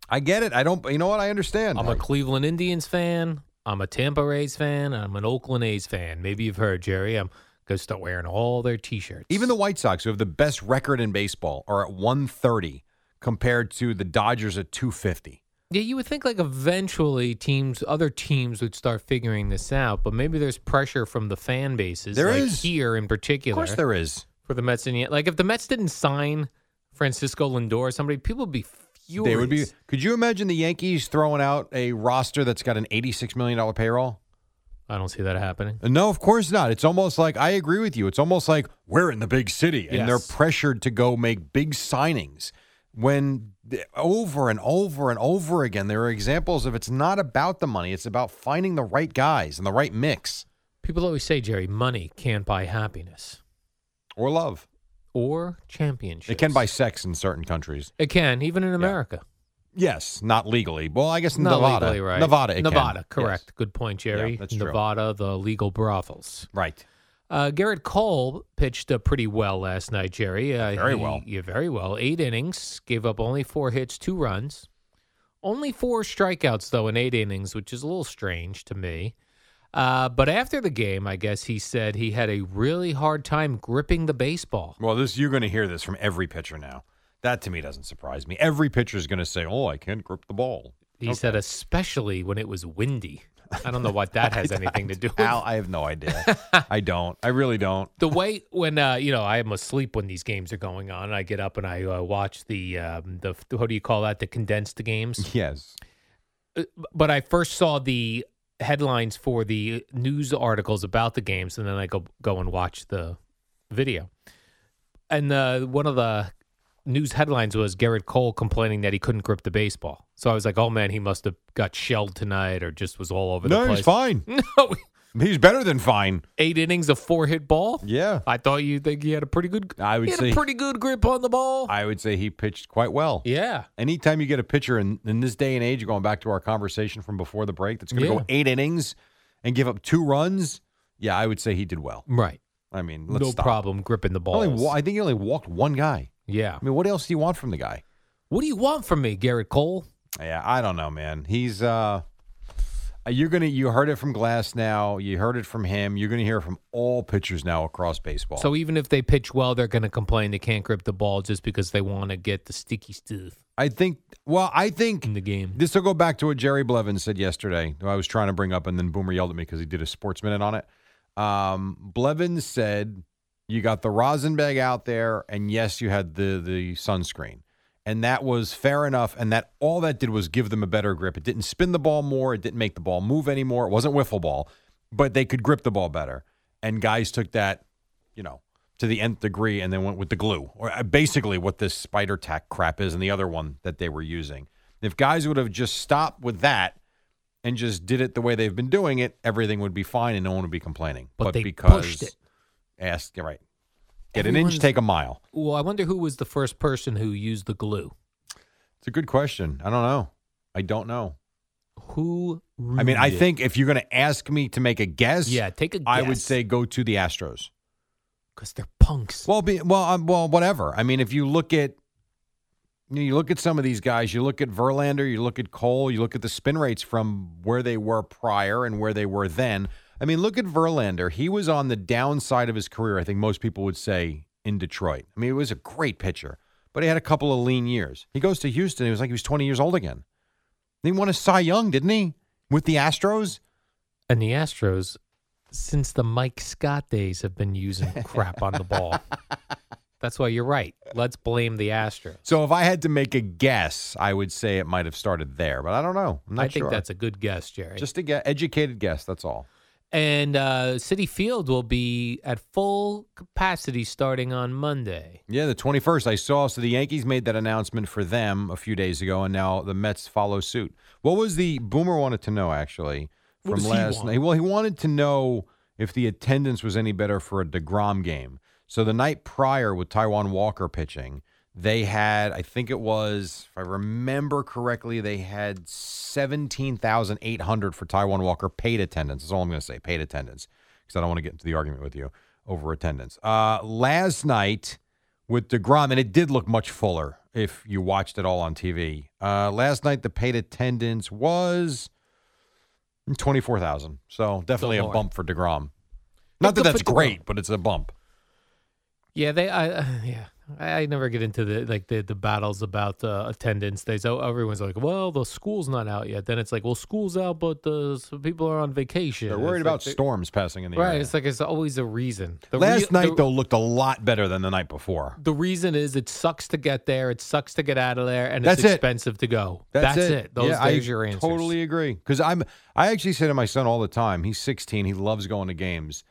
I get it. I don't. You know what? I understand.
I'm a Cleveland Indians fan. I'm a Tampa Rays fan. I'm an Oakland A's fan. Maybe you've heard, Jerry. I'm going to start wearing all their T-shirts.
Even the White Sox, who have the best record in baseball, are at 130 compared to the Dodgers at 250.
yeah, you would think like eventually teams, other teams would start figuring this out, but maybe there's pressure from the fan bases.
There
like
is.
here in
Of
particular.
course, there is.
for the Mets. And like if the Mets didn't sign Francisco Lindor or somebody, people would be furious.
They would be. Could you imagine the Yankees throwing out a roster that's got an 86 million dollar payroll?
I don't see that happening.
No, of course not. It's almost like I agree with you. It's almost like we're in the big city and they're
Yes.
pressured to go make big signings when th- over and over and over again there are examples of it's not about the money, it's about finding the right guys and the right mix
People always say, Jerry, money can't buy happiness
or love.
or championships.
It can buy sex in certain countries.
It can, even in America.
Yes, not legally. Well, I guess
Not
Nevada.
legally, right?
Nevada. it can.
Nevada,
Yes.
correct. Good point, Jerry.
Yeah, that's true.
Nevada, the legal brothels.
Right.
Uh, Garrett Cole pitched uh, pretty well last night, Jerry. Uh, he-
Very well.
Yeah, very well. Eight innings, gave up only four hits, two runs, only four strikeouts though in eight innings, which is a little strange to me. Uh, but after the game, I guess he said he had a really hard time gripping the baseball.
Well, this you're going to hear this from every pitcher now. That to me doesn't surprise me. Every pitcher is going to say, "Oh, I can't grip the ball."
He said, especially when it was windy. I don't know
(laughs)
what that has anything to do. with
Al, I have
(laughs)
no idea. I don't. I really don't.
the way when uh, you know I am asleep when these games are going on, and I get up and I uh, watch the um, the what do you call that the condensed games.
Yes.
Uh, but I first saw the headlines for the news articles about the games, and then I go go and watch the video. And uh, one of the news headlines was Garrett Cole complaining that he couldn't grip the baseball. So I was like, oh man, he must have got shelled tonight, or just was all over
No,
the place.
he's fine.
No,
He's better than fine.
(laughs) eight innings of four hit ball.
Yeah.
I thought you think he had a pretty good.
I would
he had
say-
a pretty good grip on the ball.
I would say he pitched quite well.
yeah,
Anytime you get a pitcher in, in this day and age, going back to our conversation from before the break, that's going to
Yeah.
go eight innings and give up two runs, yeah, I would say he did well.
right.
I mean, let's
no
stop.
problem gripping the
Only
ball.
wa- I think he only walked one guy.
yeah.
I mean, what else do you want from the guy?
What do you want from me, Garrett Cole?
Yeah, I don't know, man. He's uh you're gonna you heard it from Glass now, you heard it from him, you're gonna hear it from all pitchers now across baseball.
So even if they pitch well, they're going to complain they can't grip the ball just because they want to get the sticky stuff
I think well, I think
in the game.
This will go back to what Jerry Blevin said yesterday, who I was trying to bring up, and then Boomer yelled at me because he did a sports minute on it. Um, Blevin said, "You got the rosin bag out there, and yes, you had the the sunscreen, and that was fair enough. And that all that did was give them a better grip. It didn't spin the ball more. It didn't make the ball move anymore. It wasn't wiffle ball, but they could grip the ball better. And guys took that, you know." To the nth degree, and then went with the glue, or uh, basically what this spider tack crap is, and the other one that they were using. If guys would have just stopped with that and just did it the way they've been doing it, everything would be fine and no one would be complaining.
But they
because
pushed it.
ask you're right. Get an inch,
Everyone's-
take a mile.
Well, I wonder who was the first person who used the glue.
It's a good question. I don't know. I don't know.
Who?
I mean, I
ruined it?
think if you're going to ask me to make a guess,
Yeah, take a
I would
guess.
say go to the Astros.
because they're punks.
Well, be, well, um, well, whatever. I mean, if you look at you, know, you look at some of these guys, you look at Verlander, you look at Cole, you look at the spin rates from where they were prior and where they were then. I mean, look at Verlander. He was on the downside of his career. I think most people would say in Detroit. I mean, he was a great pitcher, but he had a couple of lean years. He goes to Houston. He was like he was 20 years old again. He won a Cy Young, didn't he? With the Astros.
And the Astros, since the Mike Scott days, have been using crap on the ball.
(laughs)
That's why you're right. Let's blame the Astros.
So if I had to make a guess, I would say it might have started there, but I don't know. I'm not
I think
sure.
that's a good guess, Jerry.
Just a gue- educated guess. That's all.
and uh, City Field will be at full capacity starting on Monday.
Yeah, the 21st. I saw. So the Yankees made that announcement for them a few days ago, and now the Mets follow suit. What was the Boomer wanted to know actually
What
from
does he
last
want?
night? Well, he wanted to know if the attendance was any better for a Degrom game. So the night prior, with Taiwan Walker pitching, They had, I think it was, if I remember correctly, they had 17,800 for Taiwan Walker paid attendance. That's all I'm going to say, paid attendance, because I don't want to get into the argument with you over attendance. Uh, last night with DeGrom, and it did look much fuller if you watched it all on TV. Uh, last night, the paid attendance was 24,000. So definitely a
more.
bump for DeGrom. Not that
good for
that's
DeGrom.
great, but it's a bump.
Yeah, they. I uh, (laughs) yeah, I, I never get into the like the the battles about uh, attendance. They so everyone's like, well, the school's not out yet. Then it's like, well, school's out, but the so people are on vacation.
They're worried
It's
about
like,
storms passing in the
Right,
area.
it's like it's always a reason. The
Last
rea-
night,
the,
though, looked a lot better than the night before.
the reason is it sucks to get there, it sucks to get out of there, and
That's
it's
it.
expensive to go. That's, it. Those,
yeah,
there's
I
your answers.
Totally agree. Because I'm, I actually say to my son all the time. He's 16. He loves going to games,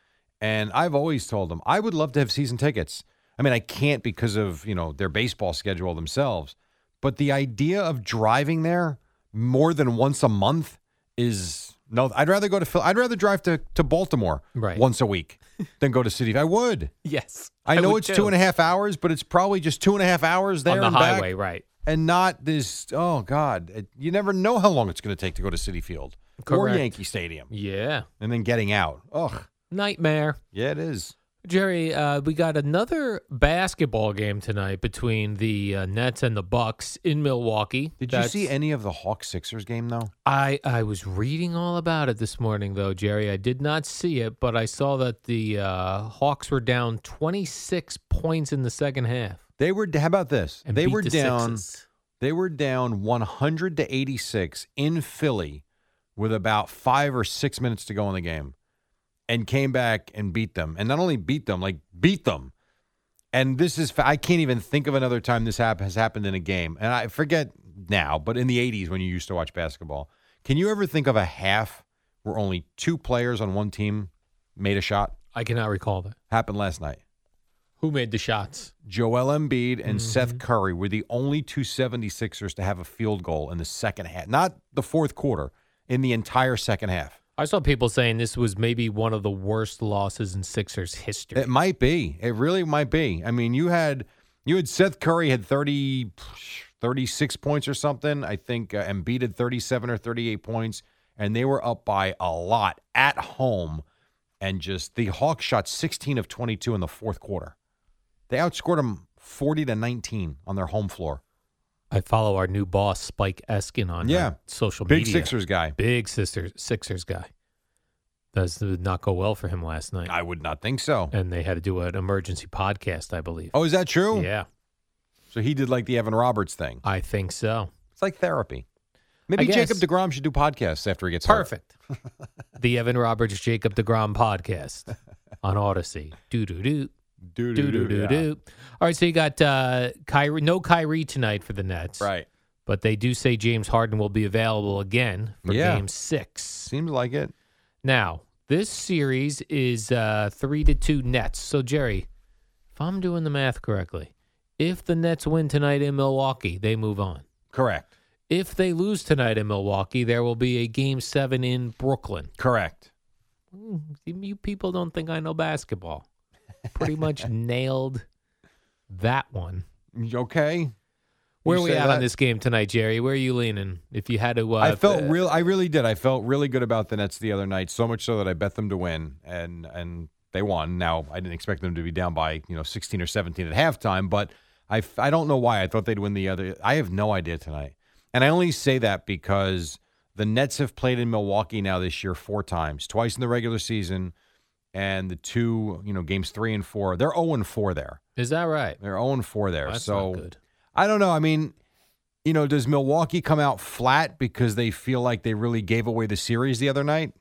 and I've always told him I would love to have season tickets. I mean, I can't because of you know their baseball schedule themselves, but the idea of driving there more than once a month is no. I'd rather go to Phil. I'd rather drive to to Baltimore
Right.
once a week than go to City. I would.
(laughs) Yes,
I, know
would
it's
too.
two and a half hours, but it's probably just two and a half hours there
on the
and back
highway, right?
and not this. Oh God, it- you never know how long it's going to take to go to City Field or
Correct.
Yankee Stadium,
Yeah,
and then getting out. Ugh,
nightmare.
yeah, it is.
Jerry, uh, we got another basketball game tonight between the uh, Nets and the Bucks in Milwaukee.
Did
That's-
you see any of the Hawks Sixers game though?
I I was reading all about it this morning, though, Jerry. I did not see it, but I saw that the uh, Hawks were down 26 points in the second half.
They were. How about this?
And
they
beat
were
the
down.
Sixers.
They were down 100 to 86 in Philly, with about five or six minutes to go in the game, and came back and beat them, and not only beat them, like beat them. And this is I can't even think of another time this hap- has happened in a game. And I forget now, but in the 80s when you used to watch basketball, can you ever think of a half where only two players on one team made a shot?
I cannot recall that.
Happened last night.
Who made the shots?
Joel Embiid and Seth Curry were the only two 76ers to have a field goal in the second half, not the fourth quarter, in the entire second half.
I saw people saying this was maybe one of the worst losses in Sixers history.
It might be. It really might be. I mean, you had you had Seth Curry had 30 36 points or something. I think uh, Embiid had 37 or 38 points and they were up by a lot at home and just the Hawks shot 16 of 22 in the fourth quarter. They outscored them 40 to 19 on their home floor.
I follow our new boss Spike Eskin on uh,
Yeah.
social
Big
media.
Sixers guy.
big Sixers Sixers guy. That did not go well for him last night,
I would not think so.
and they had to do an emergency podcast, I believe.
Oh, is that true?
yeah,
So he did like the Evan Roberts thing.
I think so.
It's like therapy. Maybe Jacob
guess.
DeGrom should do podcasts after he gets hurt. (laughs)
Perfect. the Evan Roberts Jacob Degrom podcast on Odyssey. Do do do
Doo
do do do do. All right, so you got uh, Kyrie. No Kyrie tonight for the Nets,
Right.
But they do say James Harden will be available again for
Yeah.
Game Six.
Seems like it.
Now, this series is uh, three to two Nets. So, Jerry, if I'm doing the math correctly, if the Nets win tonight in Milwaukee, they move on.
Correct.
If they lose tonight in Milwaukee, there will be a game seven in Brooklyn.
Correct.
You people don't think I know basketball. Pretty much
(laughs)
nailed that one.
Okay.
Where
You
are we
say
at
that.
on this game tonight, Jerry? Where are you leaning? If you had to, uh,
I felt
uh,
real. I really did. I felt really good about the Nets the other night. So much so that I bet them to win, and and they won. Now I didn't expect them to be down by you know sixteen or seventeen at halftime, but I f- I don't know why I thought they'd win the other. I have no idea tonight, and I only say that because the Nets have played in Milwaukee now this year four times, twice in the regular season, and the two you know games three and four. They're zero and four there.
Is that right?
They're zero and four there.
That's
so
not good.
I don't know. I mean, you know, does Milwaukee come out flat because they feel like they really gave away the series the other night?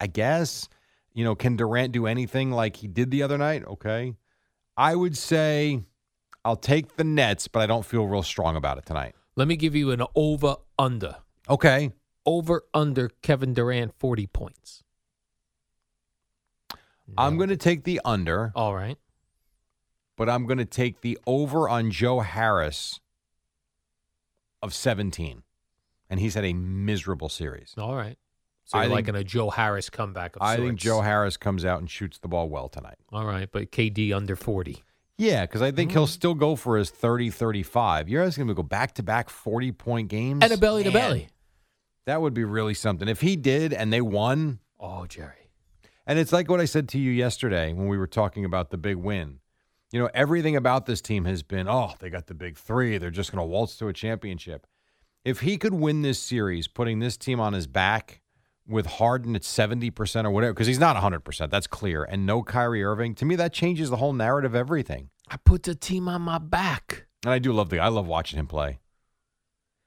I guess. You know, can Durant do anything like he did the other night? Okay. I would say I'll take the Nets, but I don't feel real strong about it tonight.
Let me give you an over under.
Okay.
over under Kevin Durant 40 points.
I'm going to take the under,
All right.
but I'm going to take the over on Joe Harris of 17. And he's had a miserable series.
All right. So
I
you're like
think-
in a Joe Harris comeback of
I think
sorts.
Joe Harris comes out and shoots the ball well tonight.
All right, but KD under 40.
Yeah, because I think he'll
Mm.
still go for his 30 35. You're asking him to go back to back 40 point games?
And a belly to belly.
That would be really something. If he did and they won,
Oh, Jerry.
and it's like what I said to you yesterday when we were talking about the big win. You know, everything about this team has been, oh, they got the big three. They're just going to waltz to a championship. If he could win this series, putting this team on his back with Harden at 70% or whatever, because he's not 100%, that's clear, and no Kyrie Irving, to me, that changes the whole narrative, of everything.
I put the team on my back.
And I do love the I love watching him play.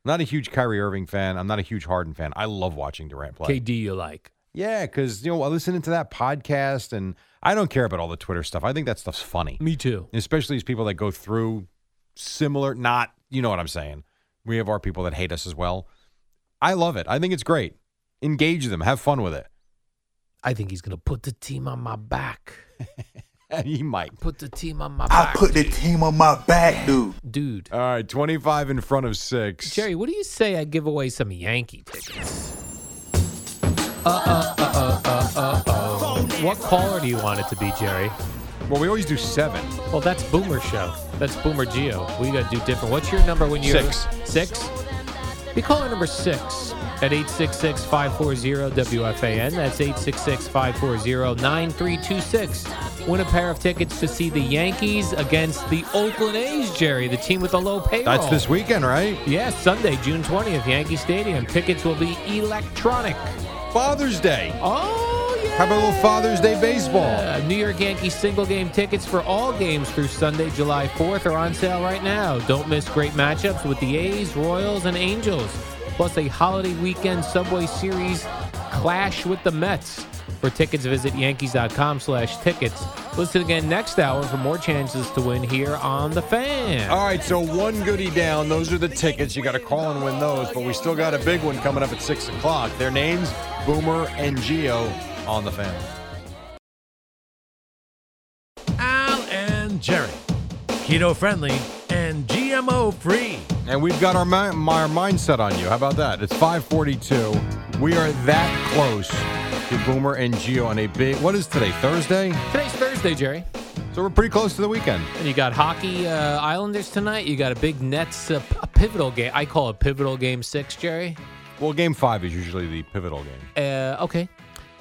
I'm not a huge Kyrie Irving fan. I'm not a huge Harden fan. I love watching Durant play.
KD, you like?
Yeah, because you know, listening to that podcast, and I don't care about all the Twitter stuff. I think that stuff's funny,
Me too.
especially as people that go through similar. Not, you know what I'm saying. We have our people that hate us as well. I love it. I think it's great. Engage them. Have fun with it. (laughs)
I think he's gonna put the team on my back.
he might.
Put the team on my
I
back,
put the team on my back, dude.
dude.
All right, 25 in front of six.
Jerry, what do you say I give away some Yankee tickets? Uh-uh, Uh uh uh uh uh uh oh. What caller do you want it to be, Jerry?
Well, we always do seven.
Well, that's Boomer Show. That's Boomer Geo. We got to do different. What's your number when you
Six.
Six? Be caller number six at 866 540 WFAN. That's 866 540 9326. Win a pair of tickets to see the Yankees against the Oakland A's, Jerry, the team with the low payroll.
That's this weekend, right?
Yes, Sunday, June 20th, Yankee Stadium. Tickets will be electronic.
Father's Day.
Oh, yeah.
How about a little Father's Day baseball?
Uh, New York Yankees single game tickets for all games through Sunday, July 4th are on sale right now. Don't miss great matchups with the A's, Royals, and Angels, plus a holiday weekend Subway Series clash with the Mets. For tickets, visit Yankees.com slash tickets. Listen again next hour for more chances to win here on The Fan.
All right, so one goodie down. Those are the tickets. You got to call and win those, but we still got a big one coming up at 6 o'clock. Their names, Boomer and Geo on the fan.
Al and Jerry. Keto friendly and GMO free.
And we've got our, mi- my- our mindset on you. How about that? It's 542. We are that close to Boomer and Geo on a big, what is today, Thursday?
Today's Thursday, Jerry.
So we're pretty close to the weekend.
And you got hockey uh, Islanders tonight. You got a big Nets uh, p- a pivotal game. I call it pivotal game six, Jerry.
Well, game five is usually the pivotal game.
Uh, okay.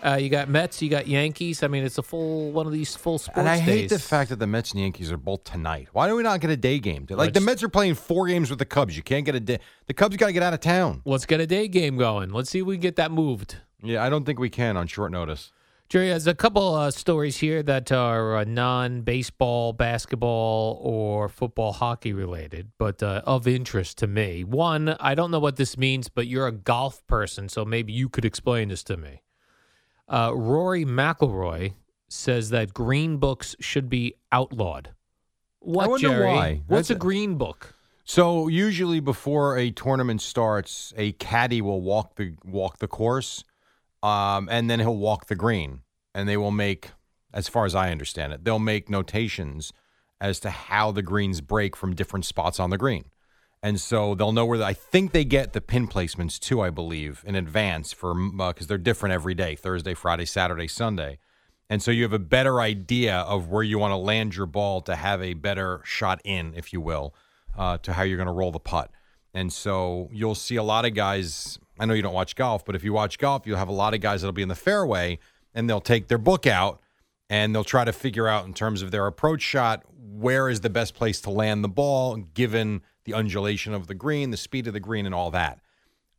Uh, you got Mets. You got Yankees. I mean, it's a full one of these full sports.
And I hate
days.
the fact that the Mets and Yankees are both tonight. Why do we not get a day game? Like, the
Let's-
Mets are playing four games with the Cubs. You can't get a day. The Cubs got to get out of town.
Let's get a day game going. Let's see if we can get that moved.
Yeah, I don't think we can on short notice.
Jerry, there's a couple uh, stories here that are uh, non-baseball, basketball, or football, hockey related, but uh, of interest to me. One, I don't know what this means, but you're a golf person, so maybe you could explain this to me. Uh, Rory McIlroy says that green books should be outlawed. What,
wonder
Jerry?
why.
What's
That's-
a green book?
So usually before a tournament starts, a caddy will walk the walk the course, um, and then he'll walk the green, and they will make, as far as I understand it, they'll make notations as to how the greens break from different spots on the green, and so they'll know where. The, I think they get the pin placements too, I believe, in advance for because they're different every day: Thursday, Friday, Saturday, Sunday. And so you have a better idea of where you want to land your ball to have a better shot in, if you will, uh, to how you're going to roll the putt. And so you'll see a lot of guys. I know you don't watch golf, but if you watch golf, you'll have a lot of guys that'll be in the fairway and they'll take their book out and they'll try to figure out, in terms of their approach shot, where is the best place to land the ball given the undulation of the green, the speed of the green, and all that.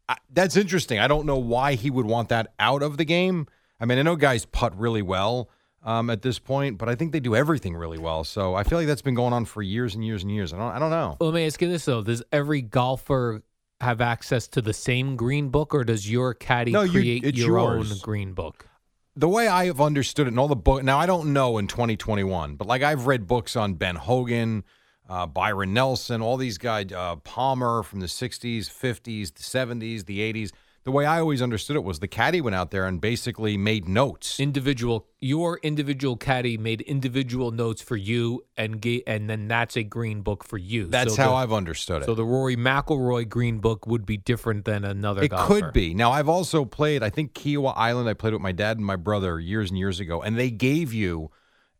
I, that's interesting. I don't know why he would want that out of the game. I mean, I know guys putt really well um, at this point, but I think they do everything really well. So I feel like that's been going on for years and years and years. I don't, I don't know.
Let me ask you this though: Does every golfer have access to the same green book, or does your caddy
No, you-
create
it's
your own
yours.
green book?
the way I have understood it and all the book now I don't know in 2021, but like I've read books on Ben Hogan, uh, Byron Nelson, all these guys, uh, Palmer from the 60s, 50s, the 70s, the 80s. The way I always understood it was the caddy went out there and basically made notes.
individual your individual caddy made individual notes for you and ga- and then that's a green book for you
That's
So
how
the,
I've understood it.
so the rory mcilroy green book would be different than another
it
golfer.
could be. Now I've also played. I think Kiowa Island. I played with my dad and my brother years and years ago, and they gave you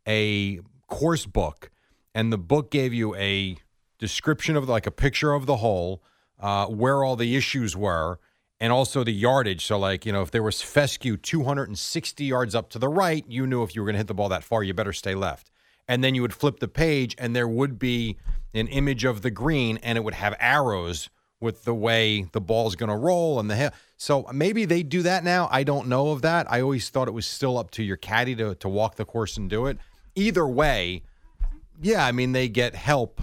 a course book, and the book gave you a description of like a picture of the hole, uh, where all the issues were, and also the yardage. So like you know, if there was fescue 260 yards up to the right, you knew if you were going to hit the ball that far, you better stay left. And then you would flip the page, and there would be an image of the green, and it would have arrows with the way the ball's going to roll and the hit. So maybe they do that now. I don't know of that. I always thought it was still up to your caddy to, to walk the course and do it. Either way, yeah, I mean, they get help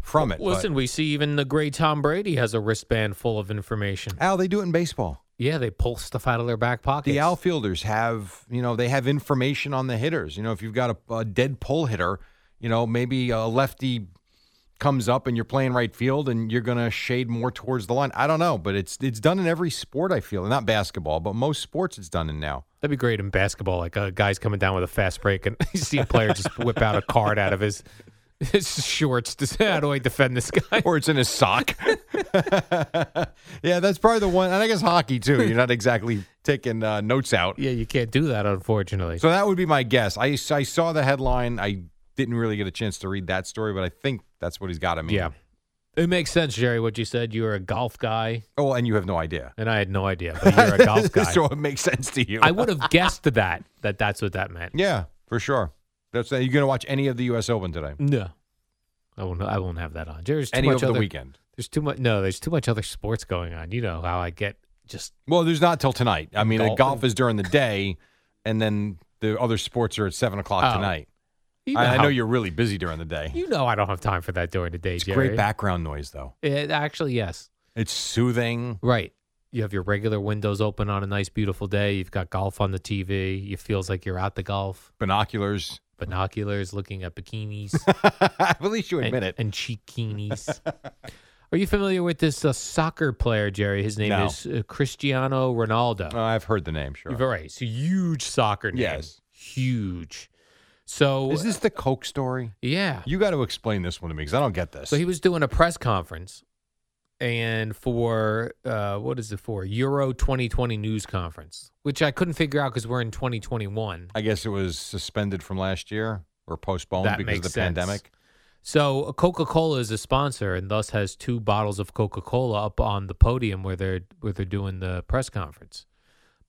from it. but-
Listen, we see even the great Tom Brady has a wristband full of information.
Al, they do it in baseball.
Yeah, they pull stuff out of their back pockets.
The outfielders have, you know, they have information on the hitters. You know, if you've got a, a dead pull hitter, you know, maybe a lefty comes up and you're playing right field and you're going to shade more towards the line. I don't know, but it's it's done in every sport. I feel not basketball, but most sports it's done in now.
That'd be great in basketball. Like a guy's coming down with a fast break, and (laughs) you see a player just whip out a card out of his (laughs) his shorts to say, "How do I defend this guy?" (laughs)
(laughs) Or it's in a sock. (laughs) yeah, that's probably the one. And I guess hockey too. You're not exactly taking uh, notes out.
Yeah, you can't do that, unfortunately.
So that would be my guess. I, I saw the headline. I didn't really get a chance to read that story, but I think that's what he's got. I mean,
yeah, it makes sense, Jerry. What you said. You're a golf guy,
Oh, and you have no idea.
and I had no idea, but
(laughs)
you're a golf guy.
so it makes sense to you.
I would have guessed that that that's what that meant.
Yeah, for sure. That's uh, you going to watch any of the U.S. Open today?
No, I won't. I won't have that on. Jerry's too
Any
much
of the
other-
weekend?
There's too much. No, there's too much other sports going on. You know how I get just
Well, there's not till tonight. I mean, the
Golf.
golf is during the day, and then the other sports are at seven o'clock
Oh.
tonight.
you
I, I
how-
know you're really busy during the day.
You know I don't have time for that during the day,
it's
Jerry.
great background noise though.
It, actually, yes.
It's soothing.
Right. You have your regular windows open on a nice, beautiful day. You've got golf on the TV. It feels like you're at the golf.
Binoculars. (laughs)
Binoculars, looking at bikinis
at least you
and,
admit it.
and chiquinis. Are you familiar with this uh, soccer player, Jerry? His name
No.
is uh, Cristiano Ronaldo.
Uh, I've heard the name. Sure.
You've- All right. So huge soccer name.
Yes.
Huge. So,
Is this the Coke story?
yeah.
You got to explain this one to me because I don't get this.
So he was doing a press conference, and for uh, what is it for Euro 2020 news conference, which I couldn't figure out because we're in 2021.
I guess it was suspended from last year or postponed
That
because of the
makes sense.
pandemic.
So Coca Cola is a sponsor, and thus has two bottles of Coca Cola up on the podium where they're where they're doing the press conference.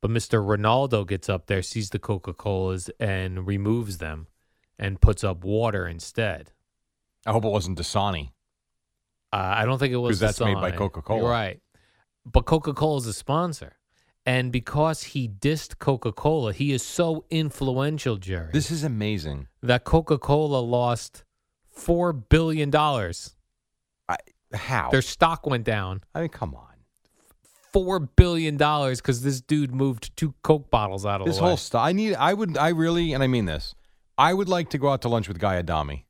But Mr. Ronaldo gets up there, sees the Coca Colas, and removes them, and puts up water instead.
I hope it wasn't Dasani.
Uh, I don't think it was
'Cause that's made by
Dasani.
Coca-Cola.
right? But Coca Cola is a sponsor, and because he dissed Coca Cola, he is so influential, Jerry,
This is amazing.
that Coca Cola lost four billion dollars.
I, how?
Their stock went down
I mean, come on.
four billion dollars because this dude moved two Coke bottles out of
This
the way.
whole stuff. I need. I would. I really, and I mean this. I would like to go out to lunch with Guy Adami.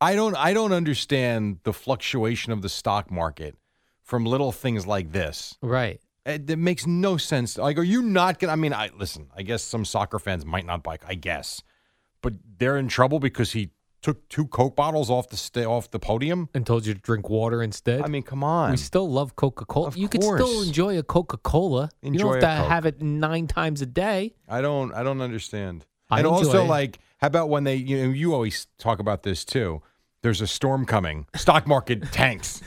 I don't. I don't understand the fluctuation of the stock market from little things like this.
right?
It, it makes no sense. Like, are you not gonna? I mean, I listen. I guess some soccer fans might not like. I guess, but they're in trouble because he took two Coke bottles off the sta off the podium.
And told you to drink water instead.
I mean, come on.
we still love Coca Cola.
Of
You could still
course.
enjoy a Coca Cola. You don't
Enjoy
have
a
to
Coke.
have it nine times a day.
I don't. I don't understand.
I
and
enjoy
also,
it.
like, how about when they? You know, you always talk about this too. There's a storm coming. Stock market (laughs) tanks.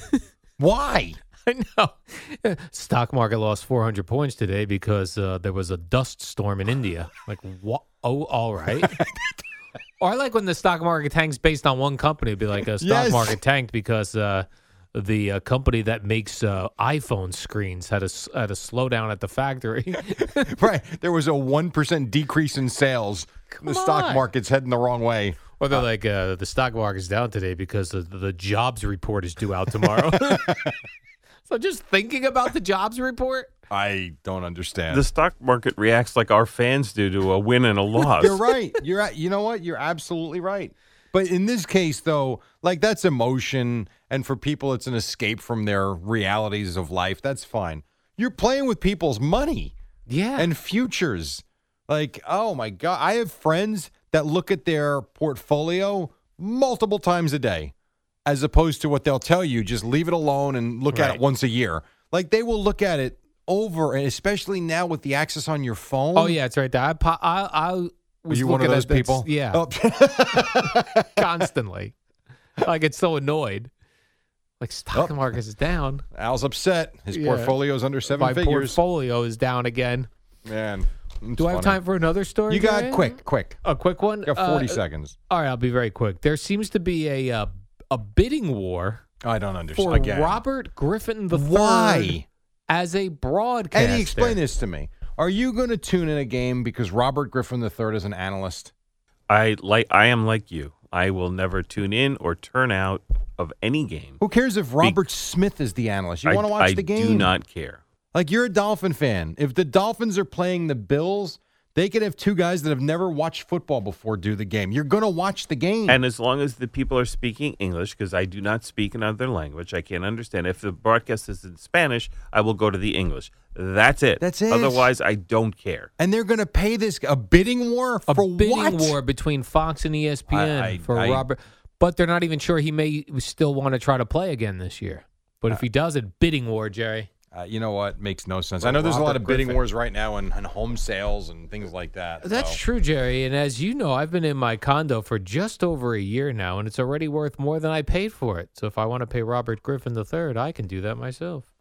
Why? (laughs)
(laughs) I know. Stock market lost 400 points today because uh, there was a dust storm in India. Like, what? Oh, all right. (laughs) or I like when the stock market tanks based on one company. It'd be like a stock
Yes.
market tanked because uh, the uh, company that makes uh, iPhone screens had a, s- had a slowdown at the factory. (laughs)
right. There was a one percent decrease in sales. the
on.
stock market's heading the wrong way.
or they're like, uh, the stock market's down today because the, the jobs report is due out
(laughs)
tomorrow. (laughs) so just thinking about the jobs report.
I don't understand.
The stock market reacts like our fans do to a win and a loss.
You're right. You're at, you know what? You're absolutely right. But in this case though, like that's emotion and for people it's an escape from their realities of life. That's fine. You're playing with people's money
Yeah.
and futures. Like, oh my god, I have friends that look at their portfolio multiple times a day as opposed to what they'll tell you just leave it alone and look at
Right.
it once a year. Like they will look at it over and especially now with the access on your phone.
Oh yeah, it's right there. I, po- I I
Were
was
you one of
looking at
those
that s-
people?
yeah.
(laughs) Oh.
constantly. I get so annoyed. Like stock
Oh.
market is down.
Al's upset. His
Yeah.
portfolio's under seven
My
figures.
portfolio is down again.
Man, it's
Do I have
funny.
time for another story?
You got
Darian?
quick, quick.
A quick one.
You got forty
Uh,
seconds.
All right, I'll be very quick. There seems to be a uh, a bidding war
I don't understand.
for
Again.
Robert Griffin the
Why?
as a broadcaster.
Eddie, explain this to me. Are you going to tune in a game because Robert Griffin III is an analyst?
I like. I am like you. I will never tune in or turn out of any game.
Who cares if Robert Smith is the analyst? You
I-
want to watch
I
the game?
do not care.
Like you're a Dolphin fan. If the Dolphins are playing the Bills, they could have two guys that have never watched football before do the game. You're going to watch the game.
And as long as the people are speaking English, because I do not speak another language, I can't understand. If the broadcast is in Spanish, I will go to the English. That's it.
That's it.
Otherwise, I don't care.
And they're going to pay this a bidding war
a
for
bidding
what?
war between Fox and E ESPN
I-
for
I-
Robert. But they're not even sure he may still want to try to play again this year. But if he does it, bidding war, Jerry.
Uh, you know what? Makes no sense.
For
I know there's a lot
Robert
of bidding
Griffin.
wars right now and, and home sales and things like that.
That's
so.
true, Jerry. And as you know, I've been in my condo for just over a year now, and it's already worth more than I paid for it. So if I want to pay Robert Griffin III, I can do that myself.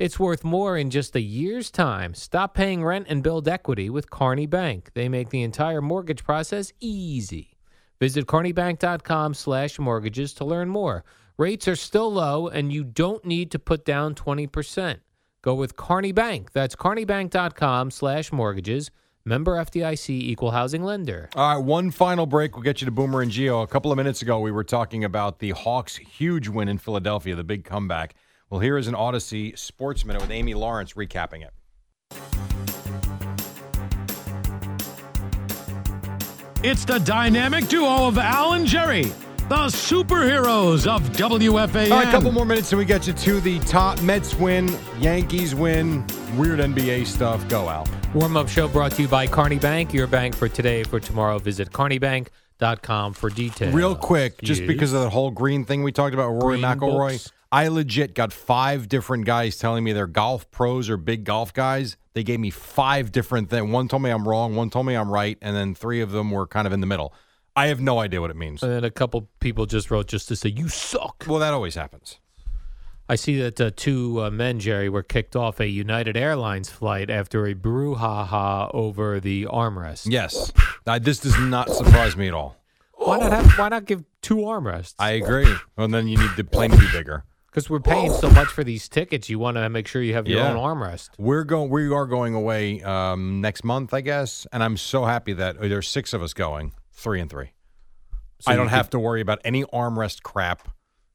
It's worth more in just a year's time. Stop paying rent and build equity with Carney Bank. They make the entire mortgage process easy. Visit carneybank.com slash mortgages to learn more. Rates are still low, and you don't need to put down 20%. Go with Carney Bank. That's carneybank.com slash mortgages. Member FDIC equal housing lender.
All right, one final break. We'll get you to Boomer and Geo. A couple of minutes ago, we were talking about the Hawks' huge win in Philadelphia, the big comeback. Well, here is an Odyssey Sports Minute with Amy Lawrence recapping it.
It's the dynamic duo of Al and Jerry, the superheroes of WFAN.
All right, a couple more minutes and we get you to the top Mets win, Yankees win, weird NBA stuff. Go out.
Warm up show brought to you by Carney Bank, your bank for today. For tomorrow, visit carneybank.com for details.
Real quick, just
Yes.
because of that whole green thing we talked about, Rory
Green
McIlroy.
books.
I legit got five different guys telling me they're golf pros or big golf guys. They gave me five different things. One told me I'm wrong, one told me I'm right, and then three of them were kind of in the middle. I have no idea what it means.
And then a couple people just wrote just to say, you suck.
Well, that always happens.
I see that uh, two uh, men, Jerry, were kicked off a United Airlines flight after a brouhaha over the armrest.
Yes. Uh, this does not surprise me at all.
Why not have? Why not give two armrests?
I agree. And then you need the plane to be bigger.
Because we're paying so much for these tickets, you want to make sure you have your
Oh. Yeah.
own armrest.
We're going. We are going away um, next month, I guess. And I'm so happy that oh, there's six of us going, three and three.
So
I
you
don't
could-
have to worry about any armrest crap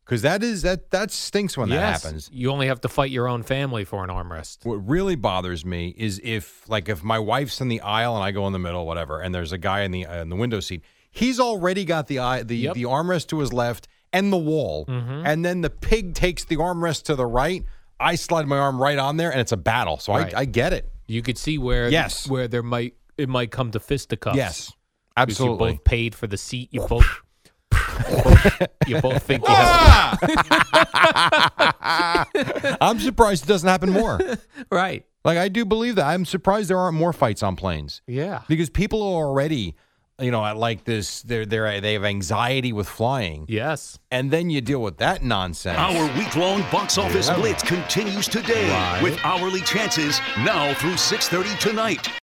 because that is that that stinks when that
Yes.
happens.
You only have to fight your own family for an armrest.
What really bothers me is if like if my wife's in the aisle and I go in the middle, whatever, and there's a guy in the uh, in the window seat. He's already got the eye the
Yep. Mm-hmm.
the armrest to his left and the wall, and then the pig takes the armrest to the right. I slide my arm right on there, and it's a battle. So
Right.
I, I get it.
You could see where
Yes.
where there might it might come to fisticuffs.
Yes,
Because You
absolutely.
both (laughs) paid for the seat. You both you both think you
Ah!
have
(laughs) I'm surprised it doesn't happen more.
right.
Like I do believe that. I'm surprised there aren't more fights on planes
Yeah.
because people are already, you know, at like this. They're they are they have anxiety with flying,
Yes.
and then you deal with that nonsense.
Our week-long box office
Yeah.
blitz continues today
Right.
with hourly chances now through 6:30 tonight.